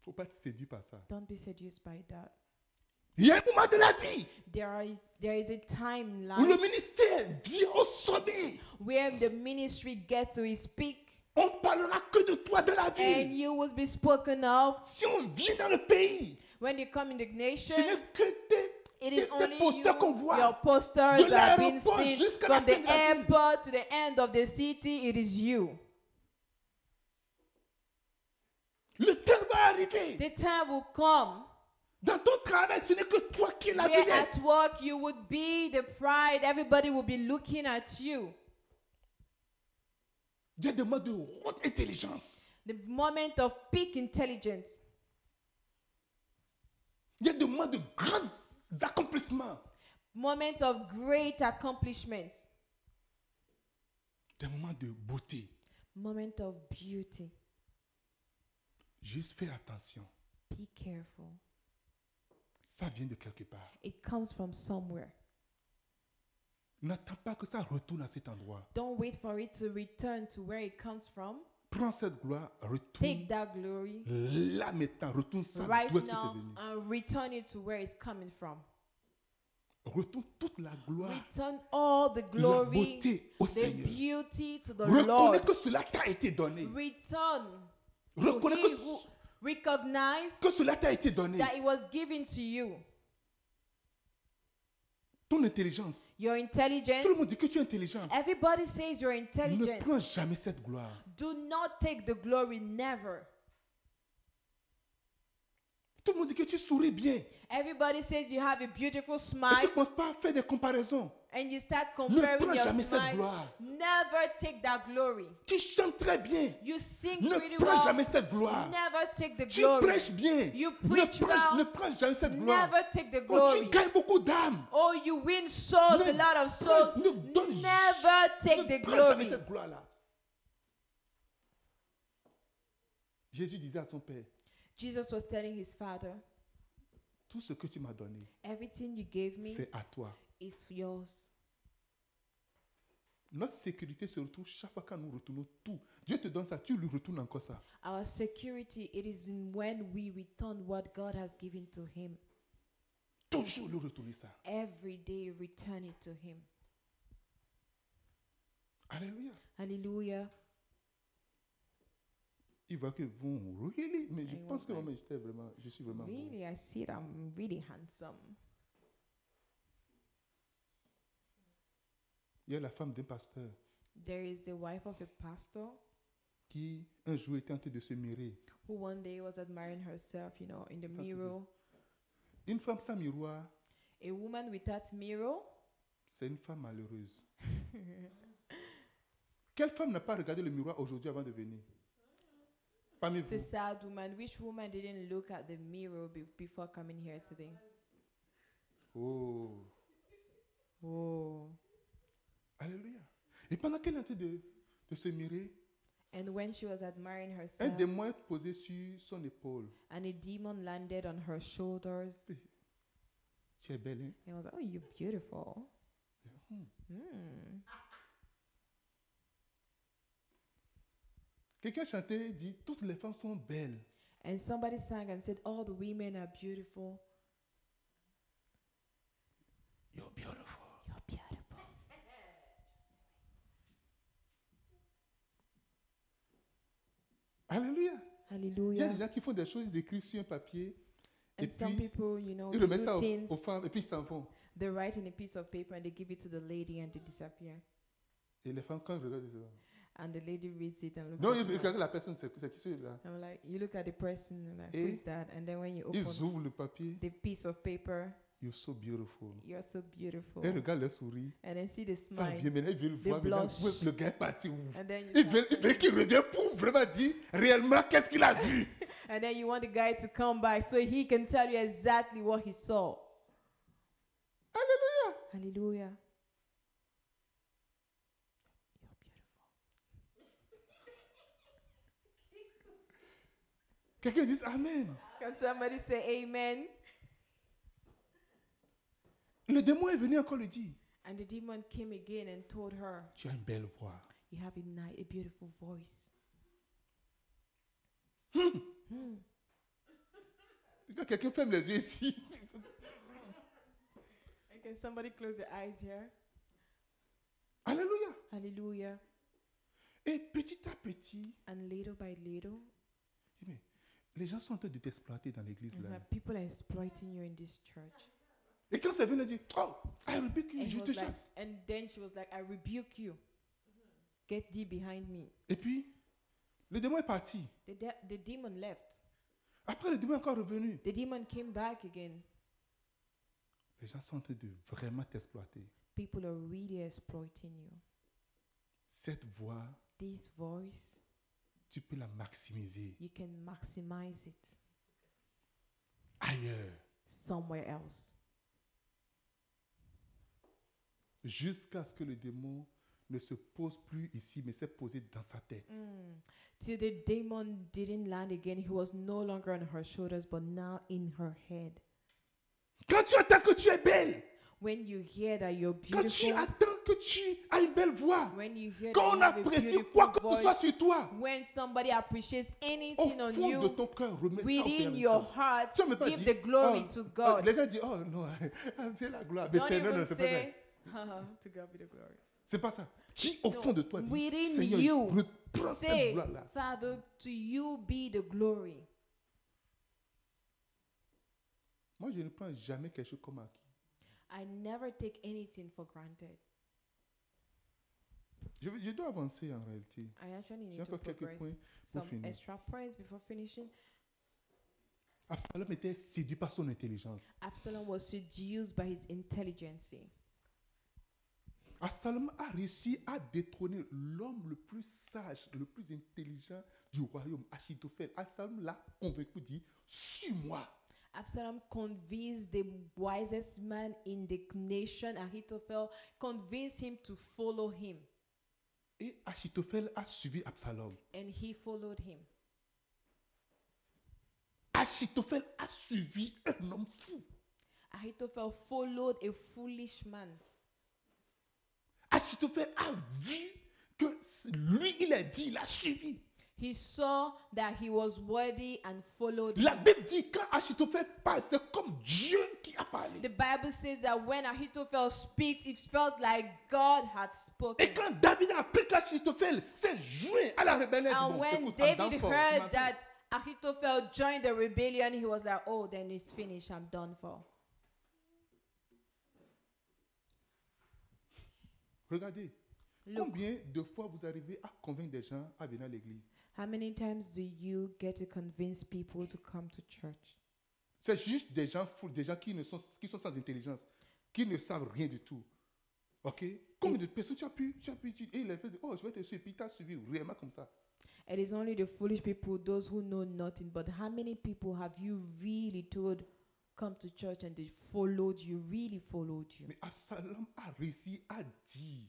Speaker 1: Faut pas être séduit par ça.
Speaker 2: Don't be seduced by that.
Speaker 1: Il y a un moment de la vie
Speaker 2: There are there is a time in
Speaker 1: où le
Speaker 2: life
Speaker 1: ministère vient au sommet.
Speaker 2: where the ministry gets to its peak
Speaker 1: On parlera que de toi de la
Speaker 2: and
Speaker 1: vie.
Speaker 2: you will be spoken of
Speaker 1: Si on vient dans le pays,
Speaker 2: when you come in the nation.
Speaker 1: ce n'est que tes
Speaker 2: It
Speaker 1: Tes-
Speaker 2: is
Speaker 1: tes
Speaker 2: only
Speaker 1: posters
Speaker 2: you,
Speaker 1: qu'on voit.
Speaker 2: your posters
Speaker 1: De
Speaker 2: that have been
Speaker 1: l'aéroport
Speaker 2: seen
Speaker 1: jusqu'à la
Speaker 2: from
Speaker 1: fin de
Speaker 2: the
Speaker 1: la ville.
Speaker 2: airport to the end of the city. It is you.
Speaker 1: Le temps va arriver.
Speaker 2: The time will come
Speaker 1: Dans ton travail, ce n'est que toi qui es la
Speaker 2: where at
Speaker 1: vedette.
Speaker 2: work you would be the pride. Everybody will be looking at you.
Speaker 1: Dieu demande de haute intelligence.
Speaker 2: The moment of peak intelligence.
Speaker 1: Dieu demande de grands accomplissements.
Speaker 2: Moment of great accomplishments.
Speaker 1: Des moments de beauté.
Speaker 2: Moment of beauty.
Speaker 1: Juste fais attention.
Speaker 2: Be careful.
Speaker 1: Ça vient de quelque part.
Speaker 2: It comes from somewhere.
Speaker 1: N'attends pas que ça retourne à cet endroit.
Speaker 2: Don't wait for it to return to where it comes from.
Speaker 1: Prends cette gloire, retourne
Speaker 2: Take that glory
Speaker 1: là maintenant. Retourne ça
Speaker 2: right
Speaker 1: d'où est-ce que c'est
Speaker 2: now
Speaker 1: venu.
Speaker 2: and return it to where it's coming from.
Speaker 1: Retourne toute la gloire,
Speaker 2: Return all the
Speaker 1: la
Speaker 2: glory,
Speaker 1: beauté au
Speaker 2: the
Speaker 1: Seigneur.
Speaker 2: beauty to the
Speaker 1: Reconnais
Speaker 2: Lord.
Speaker 1: que cela t'a été donné.
Speaker 2: Return. to
Speaker 1: Reconnais
Speaker 2: he
Speaker 1: que,
Speaker 2: who- recognize
Speaker 1: que cela t'a été donné.
Speaker 2: that it was given to you.
Speaker 1: Ton intelligence.
Speaker 2: Your
Speaker 1: Tout le monde
Speaker 2: intelligence.
Speaker 1: dit que tu es intelligent.
Speaker 2: Everybody says you're
Speaker 1: Ne
Speaker 2: intelligent.
Speaker 1: prends jamais cette gloire.
Speaker 2: Do not take the glory, never.
Speaker 1: Tout le monde dit que tu souris bien.
Speaker 2: Everybody says you have a beautiful
Speaker 1: Et
Speaker 2: smile
Speaker 1: tu ne commences pas à faire des comparaisons.
Speaker 2: and you start
Speaker 1: Ne
Speaker 2: comparing
Speaker 1: prends
Speaker 2: your
Speaker 1: jamais cette
Speaker 2: smile.
Speaker 1: gloire.
Speaker 2: Never take that glory.
Speaker 1: Tu chantes très bien.
Speaker 2: You sing pretty
Speaker 1: Ne prends jamais
Speaker 2: well.
Speaker 1: cette gloire.
Speaker 2: Never take the
Speaker 1: Tu
Speaker 2: glory.
Speaker 1: prêches bien.
Speaker 2: You preach
Speaker 1: Ne prends,
Speaker 2: well.
Speaker 1: ne prends jamais cette gloire.
Speaker 2: Never take the
Speaker 1: Oh, tu
Speaker 2: glory.
Speaker 1: gagnes beaucoup d'âmes.
Speaker 2: Oh, you win souls,
Speaker 1: Ne
Speaker 2: a lot of
Speaker 1: prends-
Speaker 2: souls.
Speaker 1: ne donne-
Speaker 2: Never take
Speaker 1: ne
Speaker 2: the
Speaker 1: prends jamais
Speaker 2: glory.
Speaker 1: cette gloire-là. Jésus disait à son Père,
Speaker 2: Jesus was telling his father,
Speaker 1: tout ce que tu m'as donné,
Speaker 2: Everything you gave me
Speaker 1: c'est à toi.
Speaker 2: is yours.
Speaker 1: Notre sécurité se retrouve chaque fois quand nous retournons tout. Dieu te donne ça, tu lui retournes encore ça.
Speaker 2: Our security, it is in when we return what God has given to him.
Speaker 1: Toujours lui retourner ça.
Speaker 2: Every day, return it to him.
Speaker 1: Alléluia.
Speaker 2: Hallelujah.
Speaker 1: Il voit que bon, really, mais je
Speaker 2: Et
Speaker 1: pense que
Speaker 2: ouais.
Speaker 1: vraiment, j'étais vraiment, je suis vraiment. bon.
Speaker 2: Really, I see it. I'm really handsome.
Speaker 1: Il y a la femme d'un pasteur
Speaker 2: There is the wife of a pastor
Speaker 1: qui un jour était en train de se mirer.
Speaker 2: who one day was admiring herself, you know, in the
Speaker 1: Attends,
Speaker 2: mirror.
Speaker 1: Une femme sans miroir,
Speaker 2: A woman without mirror.
Speaker 1: c'est une femme malheureuse. (laughs) Quelle femme n'a pas regardé le miroir aujourd'hui avant de venir Parmi
Speaker 2: It's a
Speaker 1: vous,
Speaker 2: sad woman. Which woman didn't look at the mirror be- before coming here today?
Speaker 1: oh,
Speaker 2: Oh.
Speaker 1: alléluia. Et pendant qu'elle est en train de, de se mirer,
Speaker 2: And when she was admiring
Speaker 1: un
Speaker 2: herself,
Speaker 1: démon est posé sur son épaule.
Speaker 2: and a demon landed on her shoulders,
Speaker 1: Tu es belle, hein Hmm.
Speaker 2: and was like, "Oh, you're beautiful." Mm.
Speaker 1: Quelqu'un chantait, dit, toutes les femmes sont belles.
Speaker 2: And somebody sang and said, "All the women are beautiful."
Speaker 1: You're beautiful.
Speaker 2: You're beautiful.
Speaker 1: Alléluia. Il y a des
Speaker 2: Hallelujah.
Speaker 1: gens qui font des choses, ils écrivent sur un papier et
Speaker 2: And some
Speaker 1: puis
Speaker 2: people, you know,
Speaker 1: ils
Speaker 2: they
Speaker 1: remettent
Speaker 2: do
Speaker 1: ça aux,
Speaker 2: things.
Speaker 1: aux femmes et puis ils s'en vont.
Speaker 2: They write in a piece of paper and they give it to the lady and they disappear.
Speaker 1: Et les femmes, quand elles regardent, elles disent,
Speaker 2: And the lady reads it and looks. (laughs)
Speaker 1: non,
Speaker 2: at
Speaker 1: ils
Speaker 2: it.
Speaker 1: regardent la personne, c'est c'est qui celui-là
Speaker 2: I'm like, you look at the person, you're like,
Speaker 1: Et
Speaker 2: who's that? And then when you open
Speaker 1: Ils ouvrent le papier,
Speaker 2: the piece of paper,
Speaker 1: you're so beautiful.
Speaker 2: you're so beautiful.
Speaker 1: Elles regardent leur sourire,
Speaker 2: And then see the
Speaker 1: ça
Speaker 2: smile.
Speaker 1: vient maintenant, ils veulent
Speaker 2: They
Speaker 1: voir, maintenant,
Speaker 2: blush.
Speaker 1: le gars est parti où
Speaker 2: And then you
Speaker 1: Ils veulent, ils veulent qu'il revienne pour vraiment dire réellement qu'est-ce qu'il a vu.
Speaker 2: and then you want the guy to come back so he can tell you exactly what he saw. Hallelujah.
Speaker 1: Quelqu'un dit Amen.
Speaker 2: Can somebody say amen?
Speaker 1: Le démon est venu encore lui dire
Speaker 2: And the demon came again and told her,
Speaker 1: Tu as une belle voix.
Speaker 2: You have a, nice, a beautiful voice. Hmm.
Speaker 1: Quand quelqu'un ferme les yeux ici,
Speaker 2: And can somebody close their eyes here?
Speaker 1: Alléluia.
Speaker 2: Hallelujah.
Speaker 1: Et petit à petit,
Speaker 2: And little by little,
Speaker 1: mais les gens sont en train de t'exploiter dans l'église.
Speaker 2: you
Speaker 1: là.
Speaker 2: have people are exploiting you in this church.
Speaker 1: Et quand c'est venu, il a dit Oh, I rebuke you,
Speaker 2: And, he
Speaker 1: je te
Speaker 2: was like-
Speaker 1: chasse.
Speaker 2: and then she was like, I rebuke you. Get thee behind me.
Speaker 1: Et puis, le démon est parti.
Speaker 2: The, de- the demon left.
Speaker 1: Après, le démon est encore revenu.
Speaker 2: The demon came back again.
Speaker 1: Les gens sont en train de vraiment t'exploiter.
Speaker 2: People are really exploiting you.
Speaker 1: Cette voix,
Speaker 2: This voice,
Speaker 1: tu peux la maximiser
Speaker 2: you can maximize it
Speaker 1: ailleurs.
Speaker 2: somewhere else
Speaker 1: Jusqu'à ce que le démon ne se pose plus ici, mais s'est posé dans sa tête.
Speaker 2: Mm. till the demon didn't land again. He was no longer on her shoulders, but now in her head.
Speaker 1: Quand tu attends que tu es belle,
Speaker 2: When you hear that you're
Speaker 1: quand tu
Speaker 2: beautiful,
Speaker 1: attends que tu as une belle voix,
Speaker 2: when you hear
Speaker 1: quand on
Speaker 2: that you have a
Speaker 1: apprécie quoi que
Speaker 2: beautiful
Speaker 1: ce soit
Speaker 2: voice,
Speaker 1: sur toi,
Speaker 2: when somebody appreciates
Speaker 1: au
Speaker 2: anything on
Speaker 1: fond de
Speaker 2: you,
Speaker 1: ton cœur, remets ça au Seigneur.
Speaker 2: within your heart,
Speaker 1: Tu n'as même pas
Speaker 2: give
Speaker 1: dit,
Speaker 2: the glory
Speaker 1: oh,
Speaker 2: to
Speaker 1: oh,
Speaker 2: God.
Speaker 1: les gens disent, oh non, (laughs) c'est la gloire. Mais
Speaker 2: Don't
Speaker 1: c'est- non, non,
Speaker 2: even
Speaker 1: c'est pas ça.
Speaker 2: say, (laughs) "Haha, to God be the glory.
Speaker 1: C'est pas ça. Dis au
Speaker 2: Non.
Speaker 1: fond de toi, dis,
Speaker 2: Within
Speaker 1: Seigneur,
Speaker 2: you,
Speaker 1: reprends cette
Speaker 2: Say,
Speaker 1: gloire-là.
Speaker 2: Father, to you be the glory.
Speaker 1: Moi, je ne prends jamais quelque chose comme acquis.
Speaker 2: I never take anything for granted.
Speaker 1: Je, je dois avancer en réalité.
Speaker 2: I actually
Speaker 1: J'ai
Speaker 2: need to
Speaker 1: encore quelques
Speaker 2: progress
Speaker 1: points.
Speaker 2: some
Speaker 1: finir.
Speaker 2: extra points before finishing.
Speaker 1: Absalom était séduit par son intelligence.
Speaker 2: Absalom was seduced by his intelligence.
Speaker 1: Absalom a réussi à détrôner l'homme le plus sage, le plus intelligent du royaume, Achitophel. Absalom l'a convaincu, dit, suis-moi.
Speaker 2: Absalom convinced the wisest man in the nation, Ahithophel, convinced him to follow him,
Speaker 1: Et Achitophel a suivi Absalom.
Speaker 2: and he followed him.
Speaker 1: Achitophel a suivi un homme fou.
Speaker 2: Ahithophel followed a foolish man.
Speaker 1: Achitophel a vu que c'est- lui, il a dit, il a suivi.
Speaker 2: He saw that he was worthy and followed
Speaker 1: La
Speaker 2: him.
Speaker 1: Bible dit, quand Achitophel parle, c'est comme Dieu qui a parlé.
Speaker 2: The Bible says that when Ahithophel speaks, it felt like God had spoken.
Speaker 1: Et quand David a appris qu'Achitophel s'est joint à la rébellion,
Speaker 2: And
Speaker 1: il dit,
Speaker 2: when
Speaker 1: écoute,
Speaker 2: David
Speaker 1: Adam, fort, tu
Speaker 2: heard
Speaker 1: m'appelles.
Speaker 2: that Ahithophel joined the rebellion, he was like, oh, then it's finished. I'm done for.
Speaker 1: Regardez,
Speaker 2: Look.
Speaker 1: combien de fois vous arrivez à convaincre des gens à venir à l'église
Speaker 2: How many times do you get to convince people to come to church?
Speaker 1: C'est juste des gens fous, des gens qui, ne sont, qui sont sans intelligence, qui ne savent rien du tout. OK Combien de personnes tu as pu, tu as pu, tu, et les fait, oh, je vais te suivre, puis tu as suivi réellement comme ça.
Speaker 2: It is only the foolish people, those who know nothing. But how many people have you really told come to church and they followed you, really followed you?
Speaker 1: Mais Absalom a réussi à dire,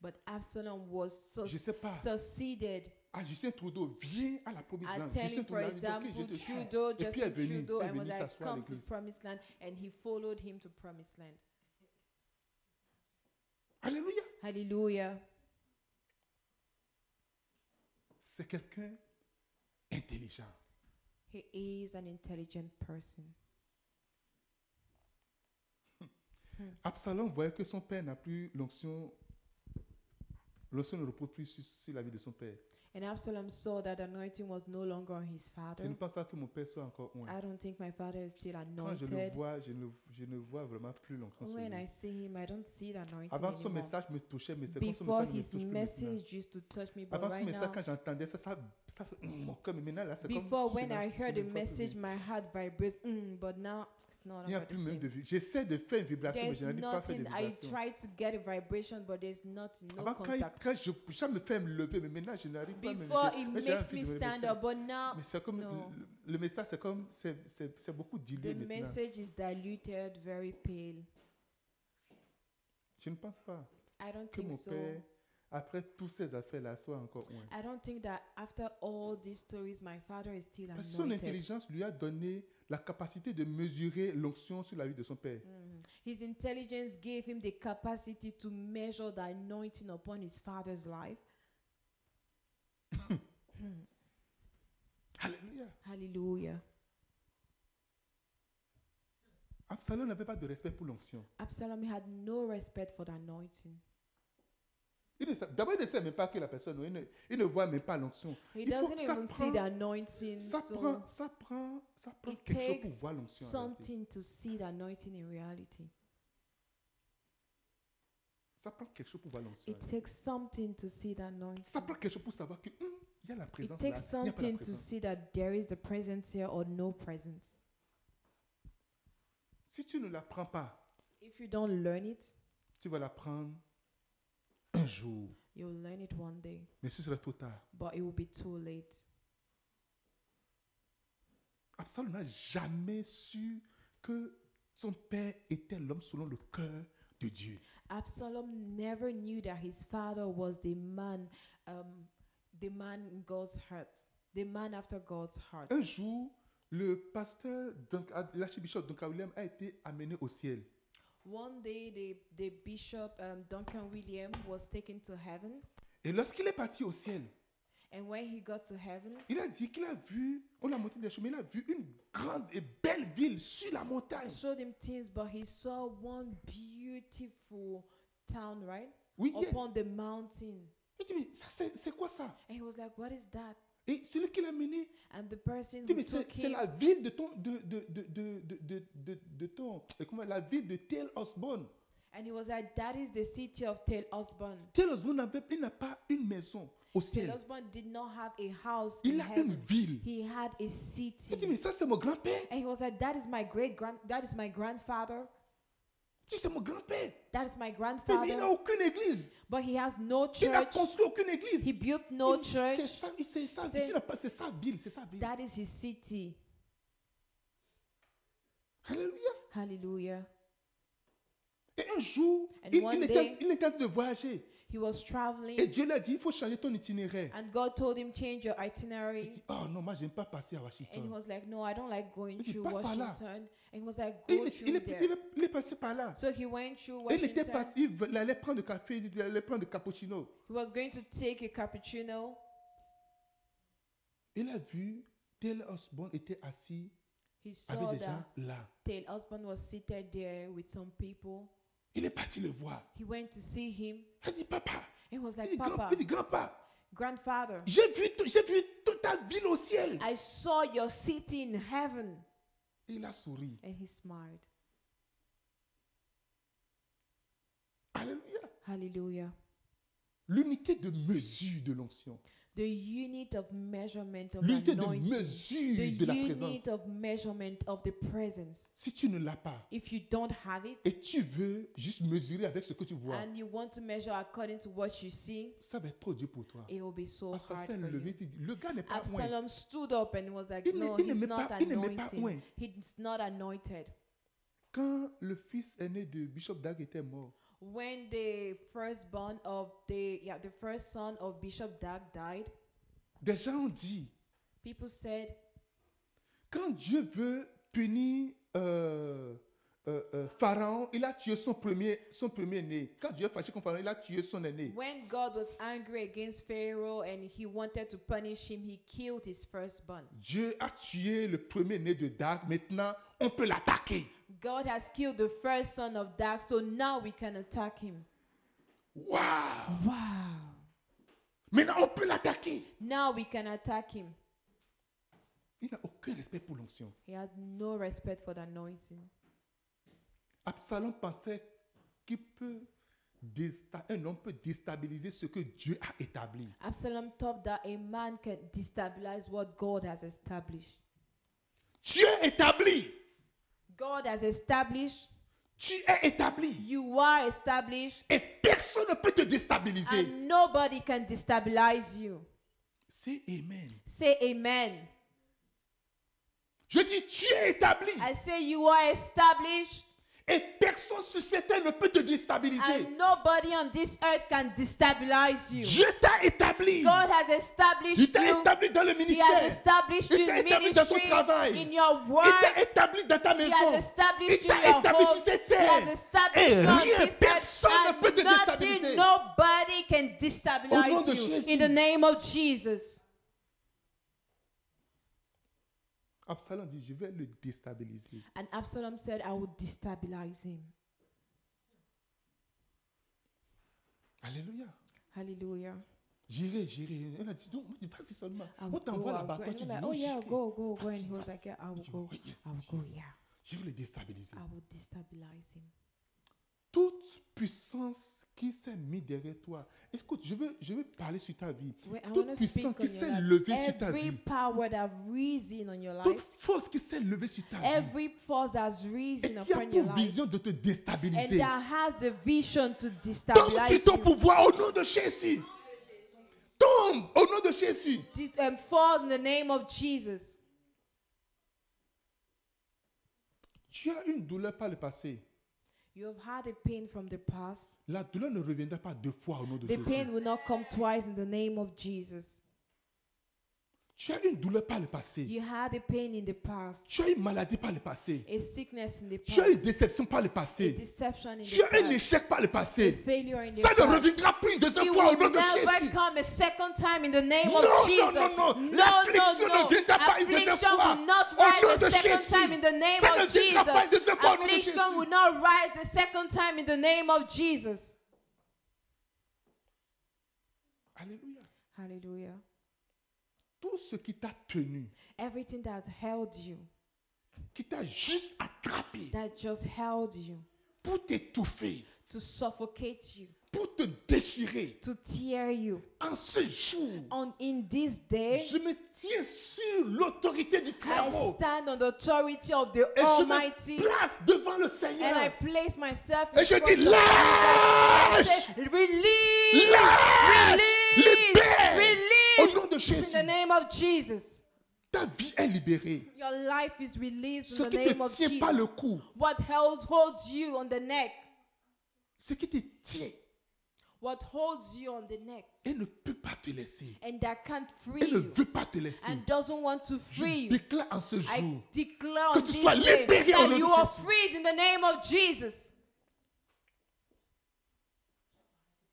Speaker 2: But Absalom was so
Speaker 1: je sais pas,
Speaker 2: succeeded.
Speaker 1: à Justin Trudeau, viens à la promesse
Speaker 2: I
Speaker 1: land.
Speaker 2: tell
Speaker 1: Justin
Speaker 2: you,
Speaker 1: Trudeau
Speaker 2: for
Speaker 1: a dit, OK, je te
Speaker 2: example,
Speaker 1: suis.
Speaker 2: Trudeau,
Speaker 1: Et puis elle est
Speaker 2: Justin
Speaker 1: venue,
Speaker 2: Trudeau,
Speaker 1: elle est
Speaker 2: and was
Speaker 1: venue
Speaker 2: like,
Speaker 1: s'asseoir à
Speaker 2: come to
Speaker 1: l'église.
Speaker 2: promised land, and he followed him to promised land.
Speaker 1: Alléluia.
Speaker 2: Hallelujah.
Speaker 1: C'est quelqu'un intelligent.
Speaker 2: He is an intelligent person.
Speaker 1: Absalom voyait que son père n'a plus l'onction. L'onction ne repose plus sur, sur la vie de son père.
Speaker 2: And Absalom saw that anointing was no longer on his
Speaker 1: Je ne
Speaker 2: father.
Speaker 1: pense pas que mon père soit encore loin.
Speaker 2: I don't think my father is still
Speaker 1: Quand je le
Speaker 2: anointed.
Speaker 1: vois, je ne, je ne vois vraiment plus l'onction sur
Speaker 2: When I
Speaker 1: lui.
Speaker 2: see him, I don't see the anointing
Speaker 1: Avant, son
Speaker 2: anymore.
Speaker 1: message me touchait, mais c'est comme son
Speaker 2: Before
Speaker 1: message ne me
Speaker 2: his
Speaker 1: touche plus maintenant.
Speaker 2: message used to touch me, but
Speaker 1: Avant son
Speaker 2: right
Speaker 1: message,
Speaker 2: now,
Speaker 1: quand j'entendais ça, ça, ça fait hum, mon cœur. Mais maintenant, là, c'est comme...
Speaker 2: before
Speaker 1: je
Speaker 2: when
Speaker 1: n'en-
Speaker 2: I
Speaker 1: je
Speaker 2: heard
Speaker 1: ne
Speaker 2: the
Speaker 1: vois plus
Speaker 2: message,
Speaker 1: rien.
Speaker 2: my heart vibrates. Mm, but now it's not
Speaker 1: il n'y a
Speaker 2: longer the
Speaker 1: plus même
Speaker 2: same.
Speaker 1: de vie. J'essaie de faire une vibration, mais
Speaker 2: There's
Speaker 1: je n'arrive pas à faire de
Speaker 2: nothing. I
Speaker 1: vibration.
Speaker 2: try to get a vibration, but there's nothing. No
Speaker 1: Avant, quand, il-
Speaker 2: contact.
Speaker 1: quand je, ça me fait me lever, mais maintenant, je n'arrive pas à me
Speaker 2: Before
Speaker 1: j'ai-
Speaker 2: it
Speaker 1: mais j'ai
Speaker 2: makes
Speaker 1: envie
Speaker 2: me
Speaker 1: de me lever,
Speaker 2: stand
Speaker 1: ça-
Speaker 2: up, but now
Speaker 1: Mais c'est comme
Speaker 2: Non.
Speaker 1: le, le message, c'est comme c'est- c'est c'est beaucoup
Speaker 2: the
Speaker 1: dilué maintenant.
Speaker 2: message is diluted, very pale.
Speaker 1: Je ne pense pas
Speaker 2: I don't
Speaker 1: que
Speaker 2: think
Speaker 1: mon
Speaker 2: so. Ah,
Speaker 1: père, après toutes ces affaires-là, soit encore loin.
Speaker 2: I don't think that after all these stories, my father is still
Speaker 1: Parce que son
Speaker 2: anointed.
Speaker 1: intelligence lui a donné la capacité de mesurer l'onction sur la vie de son père.
Speaker 2: Mm. His intelligence gave him the capacity to measure the anointing upon his father's life.
Speaker 1: Alléluia.
Speaker 2: Hallelujah.
Speaker 1: Absalom n'avait pas de respect pour l'onction.
Speaker 2: Absalom had no respect for the anointing.
Speaker 1: Il ne sa- D'abord, il ne sait même pas que la personne, il ne, il ne voit même pas l'onction.
Speaker 2: He
Speaker 1: Il faut-
Speaker 2: doesn't
Speaker 1: ça
Speaker 2: even see
Speaker 1: prend-
Speaker 2: the anointing.
Speaker 1: Ça
Speaker 2: so
Speaker 1: prend, ça prend, ça prend
Speaker 2: it
Speaker 1: quelque chose
Speaker 2: takes
Speaker 1: pour voir l'onction. en réalité.
Speaker 2: something to see the anointing in reality.
Speaker 1: Ça prend quelque chose pour voir l'onction. en
Speaker 2: It
Speaker 1: réalité.
Speaker 2: takes something to see the anointing.
Speaker 1: Ça prend quelque chose pour savoir que hum, il y a la
Speaker 2: It
Speaker 1: présence. là, il n'y a
Speaker 2: takes
Speaker 1: pas la
Speaker 2: something to
Speaker 1: présence.
Speaker 2: see that there is the presence here or no presence.
Speaker 1: Si tu ne la prends pas,
Speaker 2: If you don't learn it,
Speaker 1: tu vas la prendre un jour,
Speaker 2: you'll learn it one day,
Speaker 1: mais ce sera trop tard.
Speaker 2: but it will be too late.
Speaker 1: Absalom n'a jamais su que son père était l'homme selon le cœur de Dieu.
Speaker 2: Absalom never knew that his father was the man, um, the man in God's heart, the man after God's heart.
Speaker 1: Un jour, le pasteur, d'Anc- à- l'archibishop Duncan William a été amené au ciel.
Speaker 2: One day, the, the bishop um, Duncan William was taken to heaven,
Speaker 1: Et lorsqu'il est parti au ciel,
Speaker 2: and when he got to heaven,
Speaker 1: il a dit qu'il a vu, on a monté des chemins, il a vu une grande et belle ville sur la montagne.
Speaker 2: I showed him things, but he saw one beautiful town, right,
Speaker 1: Oui, yes.
Speaker 2: upon the mountain,
Speaker 1: Il dit, mais ça, c'est c'est quoi ça
Speaker 2: and he was like, "What is that?"
Speaker 1: Et celui qui l'a mené,
Speaker 2: And the person
Speaker 1: il dit,
Speaker 2: who
Speaker 1: mais
Speaker 2: took
Speaker 1: c'est c'est
Speaker 2: him
Speaker 1: la ville de ton, de, de, de, de, de, de, de- de ton, euh, comment, la ville de Tel Osborne.
Speaker 2: And he was like, That is the city of Tel Osborne.
Speaker 1: Tel Osborne n'avait- il n'a pas une maison au
Speaker 2: Tel
Speaker 1: ciel.
Speaker 2: Osborne did not have a house in
Speaker 1: Il a une
Speaker 2: heaven.
Speaker 1: ville.
Speaker 2: He had a
Speaker 1: Il dit, mais
Speaker 2: city.
Speaker 1: ça, c'est mon grand-père.
Speaker 2: And he was like, That is my great grand that is my grandfather.
Speaker 1: Il dit, c'est mon grand-père.
Speaker 2: That is
Speaker 1: Mais, mais
Speaker 2: my
Speaker 1: il n'a
Speaker 2: grandfather.
Speaker 1: aucune église.
Speaker 2: But he has no
Speaker 1: Il n'a
Speaker 2: church.
Speaker 1: construit aucune
Speaker 2: He
Speaker 1: église.
Speaker 2: built no
Speaker 1: Il dit, C'est
Speaker 2: church.
Speaker 1: ça, c'est ça,
Speaker 2: C'est-
Speaker 1: c'est la- c'est sa ville, c'est sa ville.
Speaker 2: That is his city.
Speaker 1: Alléluia.
Speaker 2: Hallelujah.
Speaker 1: Et un jour,
Speaker 2: And
Speaker 1: il,
Speaker 2: one
Speaker 1: il
Speaker 2: day-
Speaker 1: était, il était en train de voyager.
Speaker 2: He was
Speaker 1: Et
Speaker 2: traveling
Speaker 1: Dieu lui a dit, il faut changer ton itinéraire.
Speaker 2: and God told him, Change your
Speaker 1: Il
Speaker 2: itinerary.
Speaker 1: dit, oh non, moi, j'aime pas passer à
Speaker 2: And he
Speaker 1: Washington.
Speaker 2: was like, No, I don't like going
Speaker 1: Il dit,
Speaker 2: through
Speaker 1: "Passe par là."
Speaker 2: Washington. And he was like,
Speaker 1: Et
Speaker 2: Go
Speaker 1: il, est- il
Speaker 2: through
Speaker 1: est, il
Speaker 2: there.
Speaker 1: est- il est passé par là.
Speaker 2: So he went through
Speaker 1: Et il était
Speaker 2: Washington.
Speaker 1: passé, il v- il allait prendre le café, il allait prendre le cappuccino.
Speaker 2: He was going to take a cappuccino.
Speaker 1: Il a vu, tel Osborne était assis
Speaker 2: He saw
Speaker 1: avec des
Speaker 2: that
Speaker 1: gens là.
Speaker 2: Tel husband was seated there with some people.
Speaker 1: Il est parti le voir.
Speaker 2: He went to see him
Speaker 1: Il dit, papa,
Speaker 2: and was
Speaker 1: il
Speaker 2: like,
Speaker 1: dit, grand-
Speaker 2: Papa,
Speaker 1: il dit, grand-papa,
Speaker 2: grandfather,
Speaker 1: j'ai vu, t- j'ai vu toute ta ville au ciel.
Speaker 2: I saw your city in heaven.
Speaker 1: Et il a souri.
Speaker 2: And he smiled.
Speaker 1: Alléluia.
Speaker 2: Hallelujah.
Speaker 1: L'unité de mesure de l'onction.
Speaker 2: The unit of measurement of
Speaker 1: L'unité de
Speaker 2: anointing. The
Speaker 1: mesure de la présence.
Speaker 2: unit of measurement of the presence.
Speaker 1: Si tu ne l'as pas
Speaker 2: If you don't have it
Speaker 1: et tu veux juste mesurer avec ce que tu vois,
Speaker 2: and you want to measure according to what you see,
Speaker 1: ça va être trop dur pour toi.
Speaker 2: it will be so
Speaker 1: Ah, ça,
Speaker 2: hard
Speaker 1: c'est
Speaker 2: for
Speaker 1: le
Speaker 2: you.
Speaker 1: visi- Le gars n'est pas loin.
Speaker 2: Absalom stood up and was like,
Speaker 1: Il ne-
Speaker 2: No,
Speaker 1: il ne met
Speaker 2: he's not
Speaker 1: pas- il ne met pas
Speaker 2: anointing.
Speaker 1: oint.
Speaker 2: He's not anointed.
Speaker 1: Quand le fils aîné de Bishop Dag était mort,
Speaker 2: When the firstborn of the yeah, the first son of Bishop Dag died,
Speaker 1: des gens ont dit,
Speaker 2: people said
Speaker 1: quand Dieu veut punir euh, euh, euh, Pharaon, il a tué son premier, son premier né. Quand Dieu est fâché contre Pharaon, il a tué son aîné.
Speaker 2: when God was angry against Pharaoh and he wanted to punish him, he killed his firstborn.
Speaker 1: Dieu a tué le premier né de Dag. Maintenant, on peut l'attaquer.
Speaker 2: God has killed the first son of Dag, so now we can attack him.
Speaker 1: Waouh!
Speaker 2: Wow.
Speaker 1: Maintenant, on peut l'attaquer.
Speaker 2: Now we can attack him.
Speaker 1: Il n'a aucun respect pour l'onction.
Speaker 2: He had no respect for the anointing.
Speaker 1: Absalom pensait qu'il peut désta- un homme peut déstabiliser ce que Dieu a établi.
Speaker 2: Absalom thought that a man can destabilize what God has established.
Speaker 1: Tu es établi.
Speaker 2: God has established,
Speaker 1: Tu es établi.
Speaker 2: you are established,
Speaker 1: Et personne ne peut te déstabiliser.
Speaker 2: and nobody can destabilize you.
Speaker 1: C'est Amen.
Speaker 2: Say amen.
Speaker 1: Je dis, tu es établi.
Speaker 2: I say you are established,
Speaker 1: Et personne sur cette terre ne peut te déstabiliser.
Speaker 2: And nobody on this earth can destabilize you.
Speaker 1: Dieu t'a établi.
Speaker 2: God has established
Speaker 1: Il t'a
Speaker 2: you.
Speaker 1: établi dans le
Speaker 2: He
Speaker 1: ministère.
Speaker 2: has established
Speaker 1: Il
Speaker 2: you
Speaker 1: t'a
Speaker 2: in
Speaker 1: établi dans ton travail.
Speaker 2: ministry, in your work.
Speaker 1: Il t'a établi dans ta
Speaker 2: He
Speaker 1: maison.
Speaker 2: has established
Speaker 1: Il
Speaker 2: you in
Speaker 1: t'a
Speaker 2: your
Speaker 1: établi sur
Speaker 2: home.
Speaker 1: cette
Speaker 2: He
Speaker 1: terre.
Speaker 2: has
Speaker 1: Et
Speaker 2: established you on
Speaker 1: rien,
Speaker 2: this earth.
Speaker 1: personne ne peut te
Speaker 2: And nothing,
Speaker 1: déstabiliser.
Speaker 2: nobody can
Speaker 1: nom de
Speaker 2: destabilize
Speaker 1: Jésus.
Speaker 2: you. In Oh, the name of Jesus.
Speaker 1: Absalom dit, je vais le déstabiliser.
Speaker 2: And Absalom said, I will destabilize him.
Speaker 1: Alléluia.
Speaker 2: Hallelujah.
Speaker 1: J'irai, j'irai. Elle a dit, non, moi, vas-y seulement.
Speaker 2: I
Speaker 1: On
Speaker 2: will go,
Speaker 1: t'envoie
Speaker 2: I'll
Speaker 1: là-bas.
Speaker 2: go.
Speaker 1: Toi,
Speaker 2: And
Speaker 1: tu
Speaker 2: you're
Speaker 1: dis,
Speaker 2: like,
Speaker 1: non,
Speaker 2: oh yeah, I'll
Speaker 1: j'irai.
Speaker 2: go, go, go. And
Speaker 1: Vas-y,
Speaker 2: he was
Speaker 1: vas-y.
Speaker 2: like, yeah, I
Speaker 1: Il dit,
Speaker 2: will go.
Speaker 1: ouais, yes,
Speaker 2: I will
Speaker 1: j'irai.
Speaker 2: go, yeah.
Speaker 1: J'irai le déstabiliser.
Speaker 2: I will destabilize him.
Speaker 1: Toute puissance qui s'est mise derrière toi. Écoute, je veux, je veux parler sur ta vie.
Speaker 2: Wait, I
Speaker 1: Toute
Speaker 2: want to speak
Speaker 1: puissance
Speaker 2: on
Speaker 1: qui s'est
Speaker 2: your
Speaker 1: levée
Speaker 2: life.
Speaker 1: sur ta
Speaker 2: Every
Speaker 1: vie.
Speaker 2: power that reason on your
Speaker 1: Toute
Speaker 2: life,
Speaker 1: force qui s'est levée sur ta vie.
Speaker 2: every force that's
Speaker 1: Et
Speaker 2: reason
Speaker 1: qui a
Speaker 2: upon your
Speaker 1: pour
Speaker 2: life,
Speaker 1: vision de te
Speaker 2: and
Speaker 1: déstabiliser.
Speaker 2: that has the vision to
Speaker 1: Tombe sur
Speaker 2: destabilize
Speaker 1: ton
Speaker 2: you.
Speaker 1: pouvoir au nom de Jésus. Tombe au nom de Jésus.
Speaker 2: Dis- um, fall in the name of Jesus.
Speaker 1: Tu as une douleur par le passé.
Speaker 2: You have had a pain from the past.
Speaker 1: La douleur ne reviendra pas deux fois au nom de
Speaker 2: The
Speaker 1: Jésus.
Speaker 2: pain will not come twice in the name of Jesus.
Speaker 1: Tu as une douleur par le passé.
Speaker 2: You had a pain in the past,
Speaker 1: Tu as une maladie par le passé.
Speaker 2: a sickness in the
Speaker 1: Tu as une
Speaker 2: past,
Speaker 1: déception par le
Speaker 2: a
Speaker 1: passé.
Speaker 2: deception in
Speaker 1: Tu
Speaker 2: the
Speaker 1: as un
Speaker 2: past,
Speaker 1: échec par le
Speaker 2: a
Speaker 1: passé.
Speaker 2: failure in the
Speaker 1: Ça ne
Speaker 2: past.
Speaker 1: reviendra plus une deuxième
Speaker 2: It
Speaker 1: fois au
Speaker 2: will
Speaker 1: nom de
Speaker 2: never
Speaker 1: Jésus.
Speaker 2: come a second time in the name
Speaker 1: Non,
Speaker 2: of
Speaker 1: non,
Speaker 2: Jesus.
Speaker 1: non, non.
Speaker 2: no,
Speaker 1: L'affliction
Speaker 2: no,
Speaker 1: ne viendra pas une deuxième
Speaker 2: Affliction
Speaker 1: fois.
Speaker 2: will not
Speaker 1: Au nom
Speaker 2: rise
Speaker 1: de
Speaker 2: a second
Speaker 1: Jésus.
Speaker 2: time in the name
Speaker 1: Ça ne
Speaker 2: of
Speaker 1: viendra
Speaker 2: Jesus.
Speaker 1: pas une deuxième fois au nom de Jésus.
Speaker 2: Affliction will not rise a second time in the name of Jesus.
Speaker 1: Alléluia.
Speaker 2: Hallelujah.
Speaker 1: Tout ce qui t'a tenu,
Speaker 2: Everything that held you,
Speaker 1: qui t'a juste attrapé
Speaker 2: that just held you,
Speaker 1: pour t'étouffer,
Speaker 2: to suffocate you,
Speaker 1: pour te déchirer,
Speaker 2: to tear you.
Speaker 1: en ce jour,
Speaker 2: On in this day,
Speaker 1: je me tiens sur l'autorité du
Speaker 2: I
Speaker 1: travail
Speaker 2: stand on the authority of the
Speaker 1: et je
Speaker 2: Almighty,
Speaker 1: me place devant le
Speaker 2: and I
Speaker 1: Seigneur
Speaker 2: place myself. in
Speaker 1: et je
Speaker 2: front
Speaker 1: dis
Speaker 2: of I
Speaker 1: lâche,
Speaker 2: say, Release.
Speaker 1: lâche,
Speaker 2: Release!
Speaker 1: libère
Speaker 2: Release!
Speaker 1: au nom de
Speaker 2: In the
Speaker 1: Jésus.
Speaker 2: name of Jesus.
Speaker 1: Ta vie est libérée.
Speaker 2: Your life is released
Speaker 1: Ce
Speaker 2: in the
Speaker 1: qui ne
Speaker 2: name
Speaker 1: te
Speaker 2: of
Speaker 1: tient pas
Speaker 2: Jesus.
Speaker 1: le cou,
Speaker 2: What else holds you on the neck?
Speaker 1: ce qui te tient
Speaker 2: What holds you on the neck
Speaker 1: et ne peut pas te laisser,
Speaker 2: and that can't free
Speaker 1: et ne
Speaker 2: you
Speaker 1: veut pas te laisser,
Speaker 2: and doesn't want to
Speaker 1: je
Speaker 2: free you?
Speaker 1: déclare en ce
Speaker 2: I
Speaker 1: jour
Speaker 2: declare
Speaker 1: que
Speaker 2: on
Speaker 1: tu
Speaker 2: this
Speaker 1: sois
Speaker 2: day
Speaker 1: libéré au nom
Speaker 2: that
Speaker 1: de
Speaker 2: you are
Speaker 1: Jésus.
Speaker 2: freed in the name of Jesus.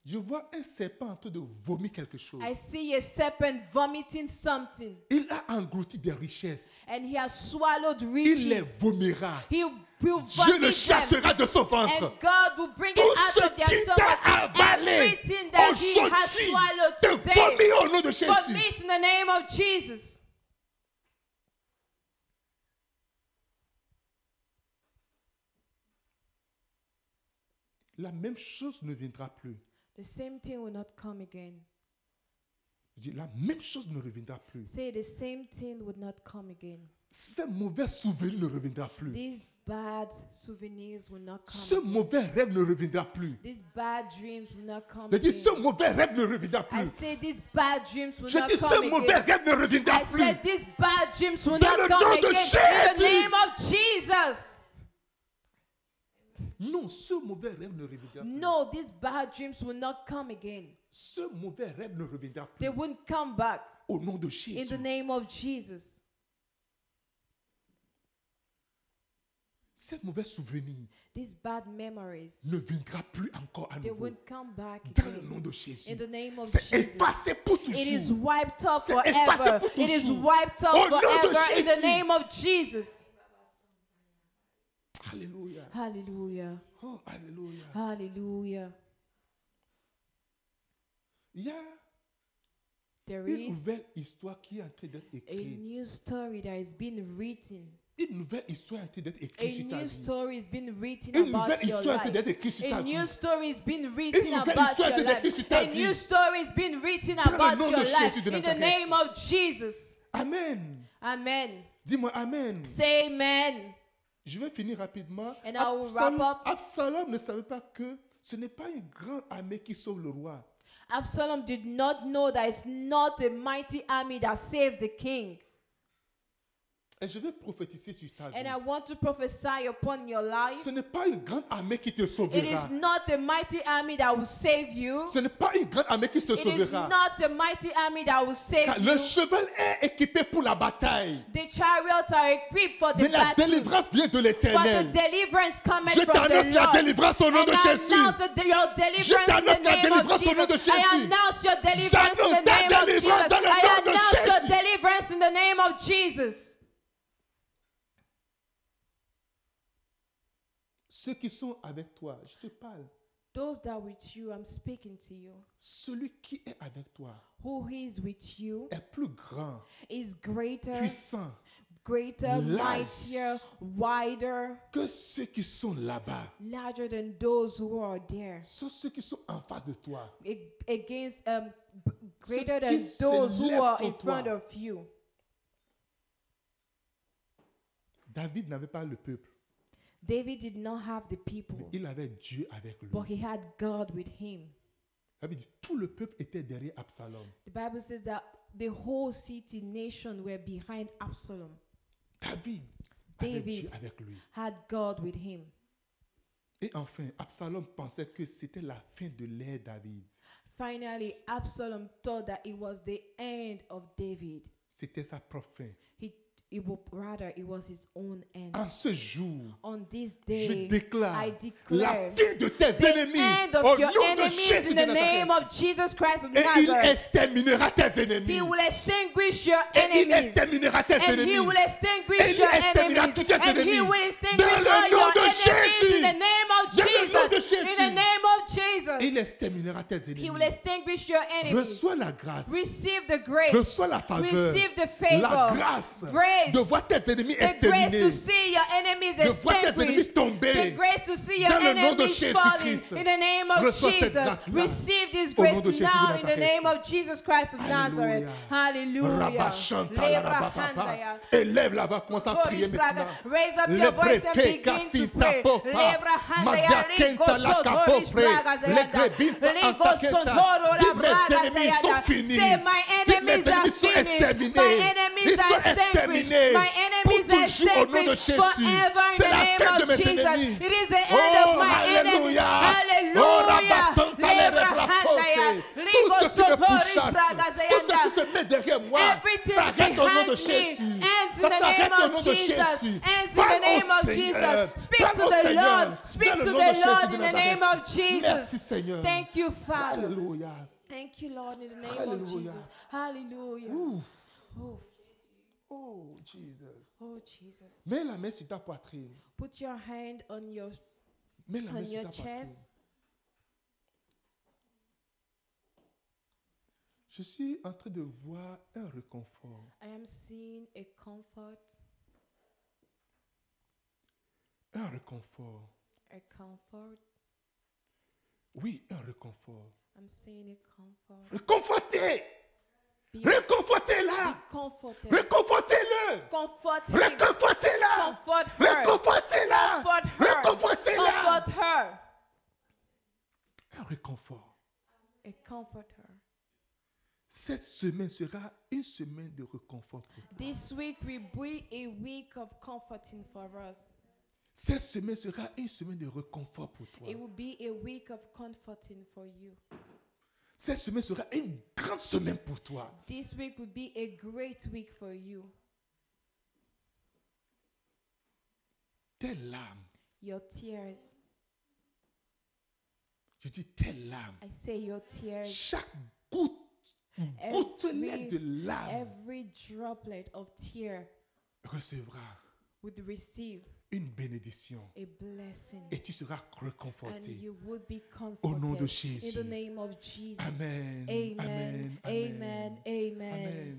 Speaker 1: Je vois un serpent en train de vomir quelque chose.
Speaker 2: I see a serpent vomiting something
Speaker 1: Il a englouti des richesses.
Speaker 2: and he has swallowed
Speaker 1: Il les
Speaker 2: riches.
Speaker 1: vomira.
Speaker 2: He will
Speaker 1: Dieu le
Speaker 2: vomit them.
Speaker 1: chassera de son ventre.
Speaker 2: And God will bring
Speaker 1: Tout
Speaker 2: it
Speaker 1: ce
Speaker 2: out of their
Speaker 1: qui t'a
Speaker 2: stomach.
Speaker 1: avalé
Speaker 2: Everything that he has swallowed
Speaker 1: aujourd'hui te
Speaker 2: today.
Speaker 1: vomit au nom de Jésus.
Speaker 2: Vomit in the name of Jesus.
Speaker 1: La même chose ne viendra plus.
Speaker 2: The same thing will not come again.
Speaker 1: Je dis, la même chose ne reviendra plus.
Speaker 2: Say the same thing would not come again.
Speaker 1: Ce mauvais souvenir ne reviendra plus.
Speaker 2: These bad souvenirs will not come.
Speaker 1: Ce
Speaker 2: again.
Speaker 1: mauvais rêve ne reviendra plus.
Speaker 2: These bad dreams will not come
Speaker 1: Je dis, ce
Speaker 2: again.
Speaker 1: mauvais rêve ne reviendra
Speaker 2: I
Speaker 1: plus.
Speaker 2: say these bad dreams will
Speaker 1: Je
Speaker 2: not
Speaker 1: dis, ce
Speaker 2: come
Speaker 1: mauvais
Speaker 2: again.
Speaker 1: rêve ne reviendra
Speaker 2: I
Speaker 1: plus.
Speaker 2: said these bad dreams will
Speaker 1: Dans
Speaker 2: not
Speaker 1: le
Speaker 2: come
Speaker 1: nom de
Speaker 2: again. In
Speaker 1: Jésus.
Speaker 2: the name of Jesus.
Speaker 1: Non, ce mauvais rêve ne reviendra plus.
Speaker 2: No, these bad dreams will not come again.
Speaker 1: Ce mauvais rêve ne reviendra plus.
Speaker 2: They wouldn't come back
Speaker 1: Au nom de
Speaker 2: in the
Speaker 1: Jésus.
Speaker 2: name of Jesus.
Speaker 1: Ces mauvais souvenirs
Speaker 2: These bad memories,
Speaker 1: ne viendra plus encore à
Speaker 2: they
Speaker 1: nouveau.
Speaker 2: won't come back
Speaker 1: Dans le nom
Speaker 2: again
Speaker 1: de
Speaker 2: in
Speaker 1: Jésus.
Speaker 2: the name of
Speaker 1: C'est
Speaker 2: Jesus.
Speaker 1: effacé pour
Speaker 2: It is
Speaker 1: toujours.
Speaker 2: wiped up
Speaker 1: C'est effacé
Speaker 2: forever.
Speaker 1: pour
Speaker 2: It is
Speaker 1: toujours.
Speaker 2: wiped up
Speaker 1: Au nom de
Speaker 2: forever in the
Speaker 1: Jésus.
Speaker 2: name of Jesus.
Speaker 1: Alléluia.
Speaker 2: Hallelujah.
Speaker 1: Oh, alléluia.
Speaker 2: Hallelujah.
Speaker 1: Il y a
Speaker 2: There
Speaker 1: une
Speaker 2: is
Speaker 1: nouvelle histoire qui est en train d'être
Speaker 2: a
Speaker 1: écrite.
Speaker 2: new story that is being written.
Speaker 1: Une nouvelle histoire est en train d'être
Speaker 2: A
Speaker 1: écrite sur ta
Speaker 2: new
Speaker 1: vie.
Speaker 2: story is being written
Speaker 1: Une
Speaker 2: about
Speaker 1: nouvelle
Speaker 2: your
Speaker 1: histoire est en train
Speaker 2: life.
Speaker 1: d'être écrite sur
Speaker 2: A
Speaker 1: ta
Speaker 2: new
Speaker 1: vie.
Speaker 2: story is being written
Speaker 1: nouvelle
Speaker 2: about
Speaker 1: histoire a
Speaker 2: your
Speaker 1: été décrite sur
Speaker 2: life.
Speaker 1: ta
Speaker 2: A
Speaker 1: vie.
Speaker 2: new story is being written
Speaker 1: le
Speaker 2: about
Speaker 1: nom
Speaker 2: your
Speaker 1: de
Speaker 2: life
Speaker 1: Jésus de
Speaker 2: in the
Speaker 1: Nazareth.
Speaker 2: name of Jesus.
Speaker 1: Amen.
Speaker 2: Amen.
Speaker 1: Dis-moi Amen.
Speaker 2: Say amen.
Speaker 1: Je vais finir rapidement.
Speaker 2: And I will
Speaker 1: Absalom,
Speaker 2: wrap up.
Speaker 1: Absalom ne savait pas que ce n'est pas une grande armée qui sauve le roi.
Speaker 2: Absalom did not know that it's not a mighty army that saves the king.
Speaker 1: Et je vais prophétiser sur ta vie.
Speaker 2: And I want to prophesy upon your life.
Speaker 1: Ce n'est pas une grande armée qui te
Speaker 2: It is
Speaker 1: sauvera.
Speaker 2: not a mighty army that will save you.
Speaker 1: Ce n'est pas une grande armée qui te
Speaker 2: It is
Speaker 1: sauvera.
Speaker 2: not a mighty army that will
Speaker 1: Car
Speaker 2: save you.
Speaker 1: le cheval est équipé pour la bataille.
Speaker 2: The chariots are equipped for
Speaker 1: Mais
Speaker 2: the
Speaker 1: la
Speaker 2: battle.
Speaker 1: délivrance vient de
Speaker 2: But the
Speaker 1: l'éternel.
Speaker 2: deliverance cometh
Speaker 1: Je
Speaker 2: from the
Speaker 1: t'annonce la
Speaker 2: Lord.
Speaker 1: délivrance au nom
Speaker 2: And
Speaker 1: de
Speaker 2: I
Speaker 1: Jésus.
Speaker 2: announce the- your deliverance
Speaker 1: Je t'annonce
Speaker 2: in the
Speaker 1: la
Speaker 2: name of
Speaker 1: délivrance au nom de
Speaker 2: Jesus. I
Speaker 1: Jésus.
Speaker 2: announce your deliverance in the
Speaker 1: J'annonce ta
Speaker 2: name of Jesus.
Speaker 1: délivrance dans le
Speaker 2: I
Speaker 1: nom de
Speaker 2: announce your
Speaker 1: Jésus.
Speaker 2: deliverance in the name of Jesus.
Speaker 1: Ceux qui sont avec toi, je te parle.
Speaker 2: Those that with you, I'm speaking to you.
Speaker 1: Celui qui est avec toi
Speaker 2: Who is with you
Speaker 1: est plus grand,
Speaker 2: is greater,
Speaker 1: puissant
Speaker 2: greater,
Speaker 1: large.
Speaker 2: mightier, wider,
Speaker 1: que ceux qui sont là-bas.
Speaker 2: larger than those who are there.
Speaker 1: Ce sont ceux qui sont en face de toi.
Speaker 2: A- Against um, b- greater
Speaker 1: Ceux
Speaker 2: than
Speaker 1: qui se
Speaker 2: those who
Speaker 1: laissent
Speaker 2: are
Speaker 1: en
Speaker 2: in
Speaker 1: toi.
Speaker 2: front of you.
Speaker 1: David n'avait pas le peuple,
Speaker 2: David did not have the
Speaker 1: mais
Speaker 2: people,
Speaker 1: il avait Dieu avec lui.
Speaker 2: but he had God with him.
Speaker 1: David dit, tout le peuple était derrière Absalom.
Speaker 2: The Bible says that the whole city, nation were behind Absalom,
Speaker 1: David avait
Speaker 2: David.
Speaker 1: Dieu avec lui.
Speaker 2: had God with him.
Speaker 1: Et enfin, Absalom pensait que c'était la fin de l'ère David.
Speaker 2: Finally, Absalom thought that it was the end of David.
Speaker 1: C'était sa propre fin.
Speaker 2: He, it would, rather, it was his own end.
Speaker 1: En ce jour,
Speaker 2: On this
Speaker 1: je
Speaker 2: day,
Speaker 1: déclare la
Speaker 2: I declare
Speaker 1: fin de tes
Speaker 2: the
Speaker 1: ennemis
Speaker 2: end
Speaker 1: au
Speaker 2: of your
Speaker 1: nom de
Speaker 2: enemies
Speaker 1: Jésus
Speaker 2: in
Speaker 1: de
Speaker 2: the name
Speaker 1: Nazareth.
Speaker 2: of Jesus Christ of
Speaker 1: Et il
Speaker 2: Nazareth.
Speaker 1: exterminera tes
Speaker 2: He
Speaker 1: ennemis.
Speaker 2: will extinguish your
Speaker 1: Et il
Speaker 2: enemies.
Speaker 1: exterminera tes
Speaker 2: And he will
Speaker 1: ennemis. Et
Speaker 2: extinguish
Speaker 1: il
Speaker 2: your
Speaker 1: exterminera
Speaker 2: enemies.
Speaker 1: tous tes
Speaker 2: And he
Speaker 1: ennemis.
Speaker 2: will
Speaker 1: Dans
Speaker 2: extinguish
Speaker 1: le
Speaker 2: all
Speaker 1: nom
Speaker 2: your
Speaker 1: de
Speaker 2: enemies in
Speaker 1: Jésus.
Speaker 2: the name of
Speaker 1: Dans le nom de
Speaker 2: Jesus. In the
Speaker 1: Jésus.
Speaker 2: name of Jesus.
Speaker 1: Il exterminera tes
Speaker 2: He will
Speaker 1: ennemis.
Speaker 2: extinguish your enemies.
Speaker 1: Reçois la grâce.
Speaker 2: Receive the grace.
Speaker 1: Reçois la faveur.
Speaker 2: Receive the favor.
Speaker 1: La grâce
Speaker 2: Grace.
Speaker 1: de voir tes ennemis
Speaker 2: The grace to
Speaker 1: exterminés.
Speaker 2: see your enemies
Speaker 1: De voir tes ennemis
Speaker 2: extinguished. The
Speaker 1: tomber.
Speaker 2: grace to see your
Speaker 1: Dans le nom de
Speaker 2: enemies
Speaker 1: Jésus
Speaker 2: falling.
Speaker 1: Christ.
Speaker 2: In the name of
Speaker 1: Reçois cette
Speaker 2: Jesus.
Speaker 1: grâce-là.
Speaker 2: Receive this
Speaker 1: Au nom de
Speaker 2: grace
Speaker 1: Jésus de
Speaker 2: now in the
Speaker 1: Nazareth.
Speaker 2: name of Jesus Christ of Nazareth. Hallelujah.
Speaker 1: Rabachanta, la rabapapa.
Speaker 2: Lebrahandaya.
Speaker 1: Élève la voix, commence à
Speaker 2: Oh,
Speaker 1: prier
Speaker 2: this brother,
Speaker 1: maintenant.
Speaker 2: Raise up your
Speaker 1: Le
Speaker 2: voice and
Speaker 1: brefe
Speaker 2: begin to
Speaker 1: casita
Speaker 2: pray.
Speaker 1: popa.
Speaker 2: Lebra handaya
Speaker 1: Maziakenta
Speaker 2: rigo
Speaker 1: la
Speaker 2: sodori
Speaker 1: capopre.
Speaker 2: braga
Speaker 1: Le
Speaker 2: zayada.
Speaker 1: grebinta
Speaker 2: Rigo
Speaker 1: astaketa.
Speaker 2: sodoro la
Speaker 1: Dis, mes
Speaker 2: braga
Speaker 1: ennemis sont
Speaker 2: zayada.
Speaker 1: finis.
Speaker 2: Say, my
Speaker 1: Dis, mes
Speaker 2: enemies are
Speaker 1: ennemis sont
Speaker 2: finished.
Speaker 1: exterminés.
Speaker 2: My enemies
Speaker 1: Ils
Speaker 2: are
Speaker 1: sont
Speaker 2: extinguished.
Speaker 1: exterminés.
Speaker 2: My enemies
Speaker 1: Pour
Speaker 2: are
Speaker 1: toujours, au nom de
Speaker 2: extinguished
Speaker 1: Jésus.
Speaker 2: forever in
Speaker 1: C'est
Speaker 2: the
Speaker 1: la
Speaker 2: name
Speaker 1: fin de
Speaker 2: of
Speaker 1: mes
Speaker 2: Jesus.
Speaker 1: ennemis.
Speaker 2: It is the
Speaker 1: é Oh,
Speaker 2: end of my enemies.
Speaker 1: hallelujah. Oh,
Speaker 2: Hallelujah.
Speaker 1: Rabasanta, le
Speaker 2: Lebra
Speaker 1: rebrafote.
Speaker 2: handaya
Speaker 1: Tous
Speaker 2: rigo
Speaker 1: ceux qui me
Speaker 2: sodori
Speaker 1: pourchassent,
Speaker 2: braga
Speaker 1: tous ceux
Speaker 2: zayada.
Speaker 1: qui se mettent derrière moi,
Speaker 2: Everything
Speaker 1: s'arrête au nom
Speaker 2: behind
Speaker 1: de
Speaker 2: me
Speaker 1: Jésus.
Speaker 2: ends in
Speaker 1: Ça
Speaker 2: the
Speaker 1: s'arrête
Speaker 2: name
Speaker 1: au
Speaker 2: of
Speaker 1: nom de
Speaker 2: Jesus.
Speaker 1: Jésus.
Speaker 2: Ends in the
Speaker 1: Parle
Speaker 2: name
Speaker 1: au
Speaker 2: of
Speaker 1: Seigneur.
Speaker 2: Jesus. Speak
Speaker 1: Parle
Speaker 2: to
Speaker 1: au
Speaker 2: the
Speaker 1: Seigneur.
Speaker 2: Lord. Speak
Speaker 1: Dans le
Speaker 2: to
Speaker 1: nom de
Speaker 2: the
Speaker 1: Jésus
Speaker 2: Lord
Speaker 1: de
Speaker 2: in the
Speaker 1: Nazareth.
Speaker 2: name of
Speaker 1: Merci
Speaker 2: Jesus.
Speaker 1: Seigneur.
Speaker 2: Thank you, Father.
Speaker 1: Alléluia.
Speaker 2: Thank you, Lord, in the name of
Speaker 1: Hallelujah.
Speaker 2: Jesus. Hallelujah.
Speaker 1: Ouh.
Speaker 2: Oh,
Speaker 1: Oh, Jesus.
Speaker 2: oh, Jesus.
Speaker 1: Mets la main sur ta poitrine.
Speaker 2: Put your hand on your
Speaker 1: Mets la main
Speaker 2: on
Speaker 1: sur
Speaker 2: your
Speaker 1: ta poitrine.
Speaker 2: chest.
Speaker 1: Je suis en train de voir un réconfort,
Speaker 2: I am seeing a comfort,
Speaker 1: un réconfort.
Speaker 2: a comfort.
Speaker 1: Oui, un réconfort.
Speaker 2: I'm seeing a comfort.
Speaker 1: Réconfortez,
Speaker 2: Be, be
Speaker 1: réconfortez-la,
Speaker 2: comforted.
Speaker 1: réconfortez-le,
Speaker 2: Comfort him.
Speaker 1: réconfortez-la,
Speaker 2: Comfort her.
Speaker 1: réconfortez-la,
Speaker 2: Comfort her.
Speaker 1: réconfortez-la.
Speaker 2: Comfort her.
Speaker 1: Un réconfort.
Speaker 2: A comforter.
Speaker 1: Cette semaine sera une semaine de réconfort pour toi.
Speaker 2: This week will be a week of comforting for us.
Speaker 1: Cette semaine sera une semaine de réconfort pour toi.
Speaker 2: It will be a week of comforting for you.
Speaker 1: Cette semaine sera une grande semaine pour toi.
Speaker 2: This week will be a great week for you.
Speaker 1: Tes larmes,
Speaker 2: Your tears.
Speaker 1: je dis tes larmes,
Speaker 2: I say your tears.
Speaker 1: chaque goutte,
Speaker 2: Every-
Speaker 1: gouttelette de larmes
Speaker 2: Every droplet of tear
Speaker 1: recevra
Speaker 2: would receive
Speaker 1: une bénédiction
Speaker 2: a blessing.
Speaker 1: et tu seras
Speaker 2: And
Speaker 1: réconforté.
Speaker 2: you would be comforted.
Speaker 1: Au nom de
Speaker 2: In
Speaker 1: Jésus.
Speaker 2: the name of Jesus.
Speaker 1: Amen.
Speaker 2: Amen.
Speaker 1: Amen.
Speaker 2: Amen. Amen.
Speaker 1: Amen.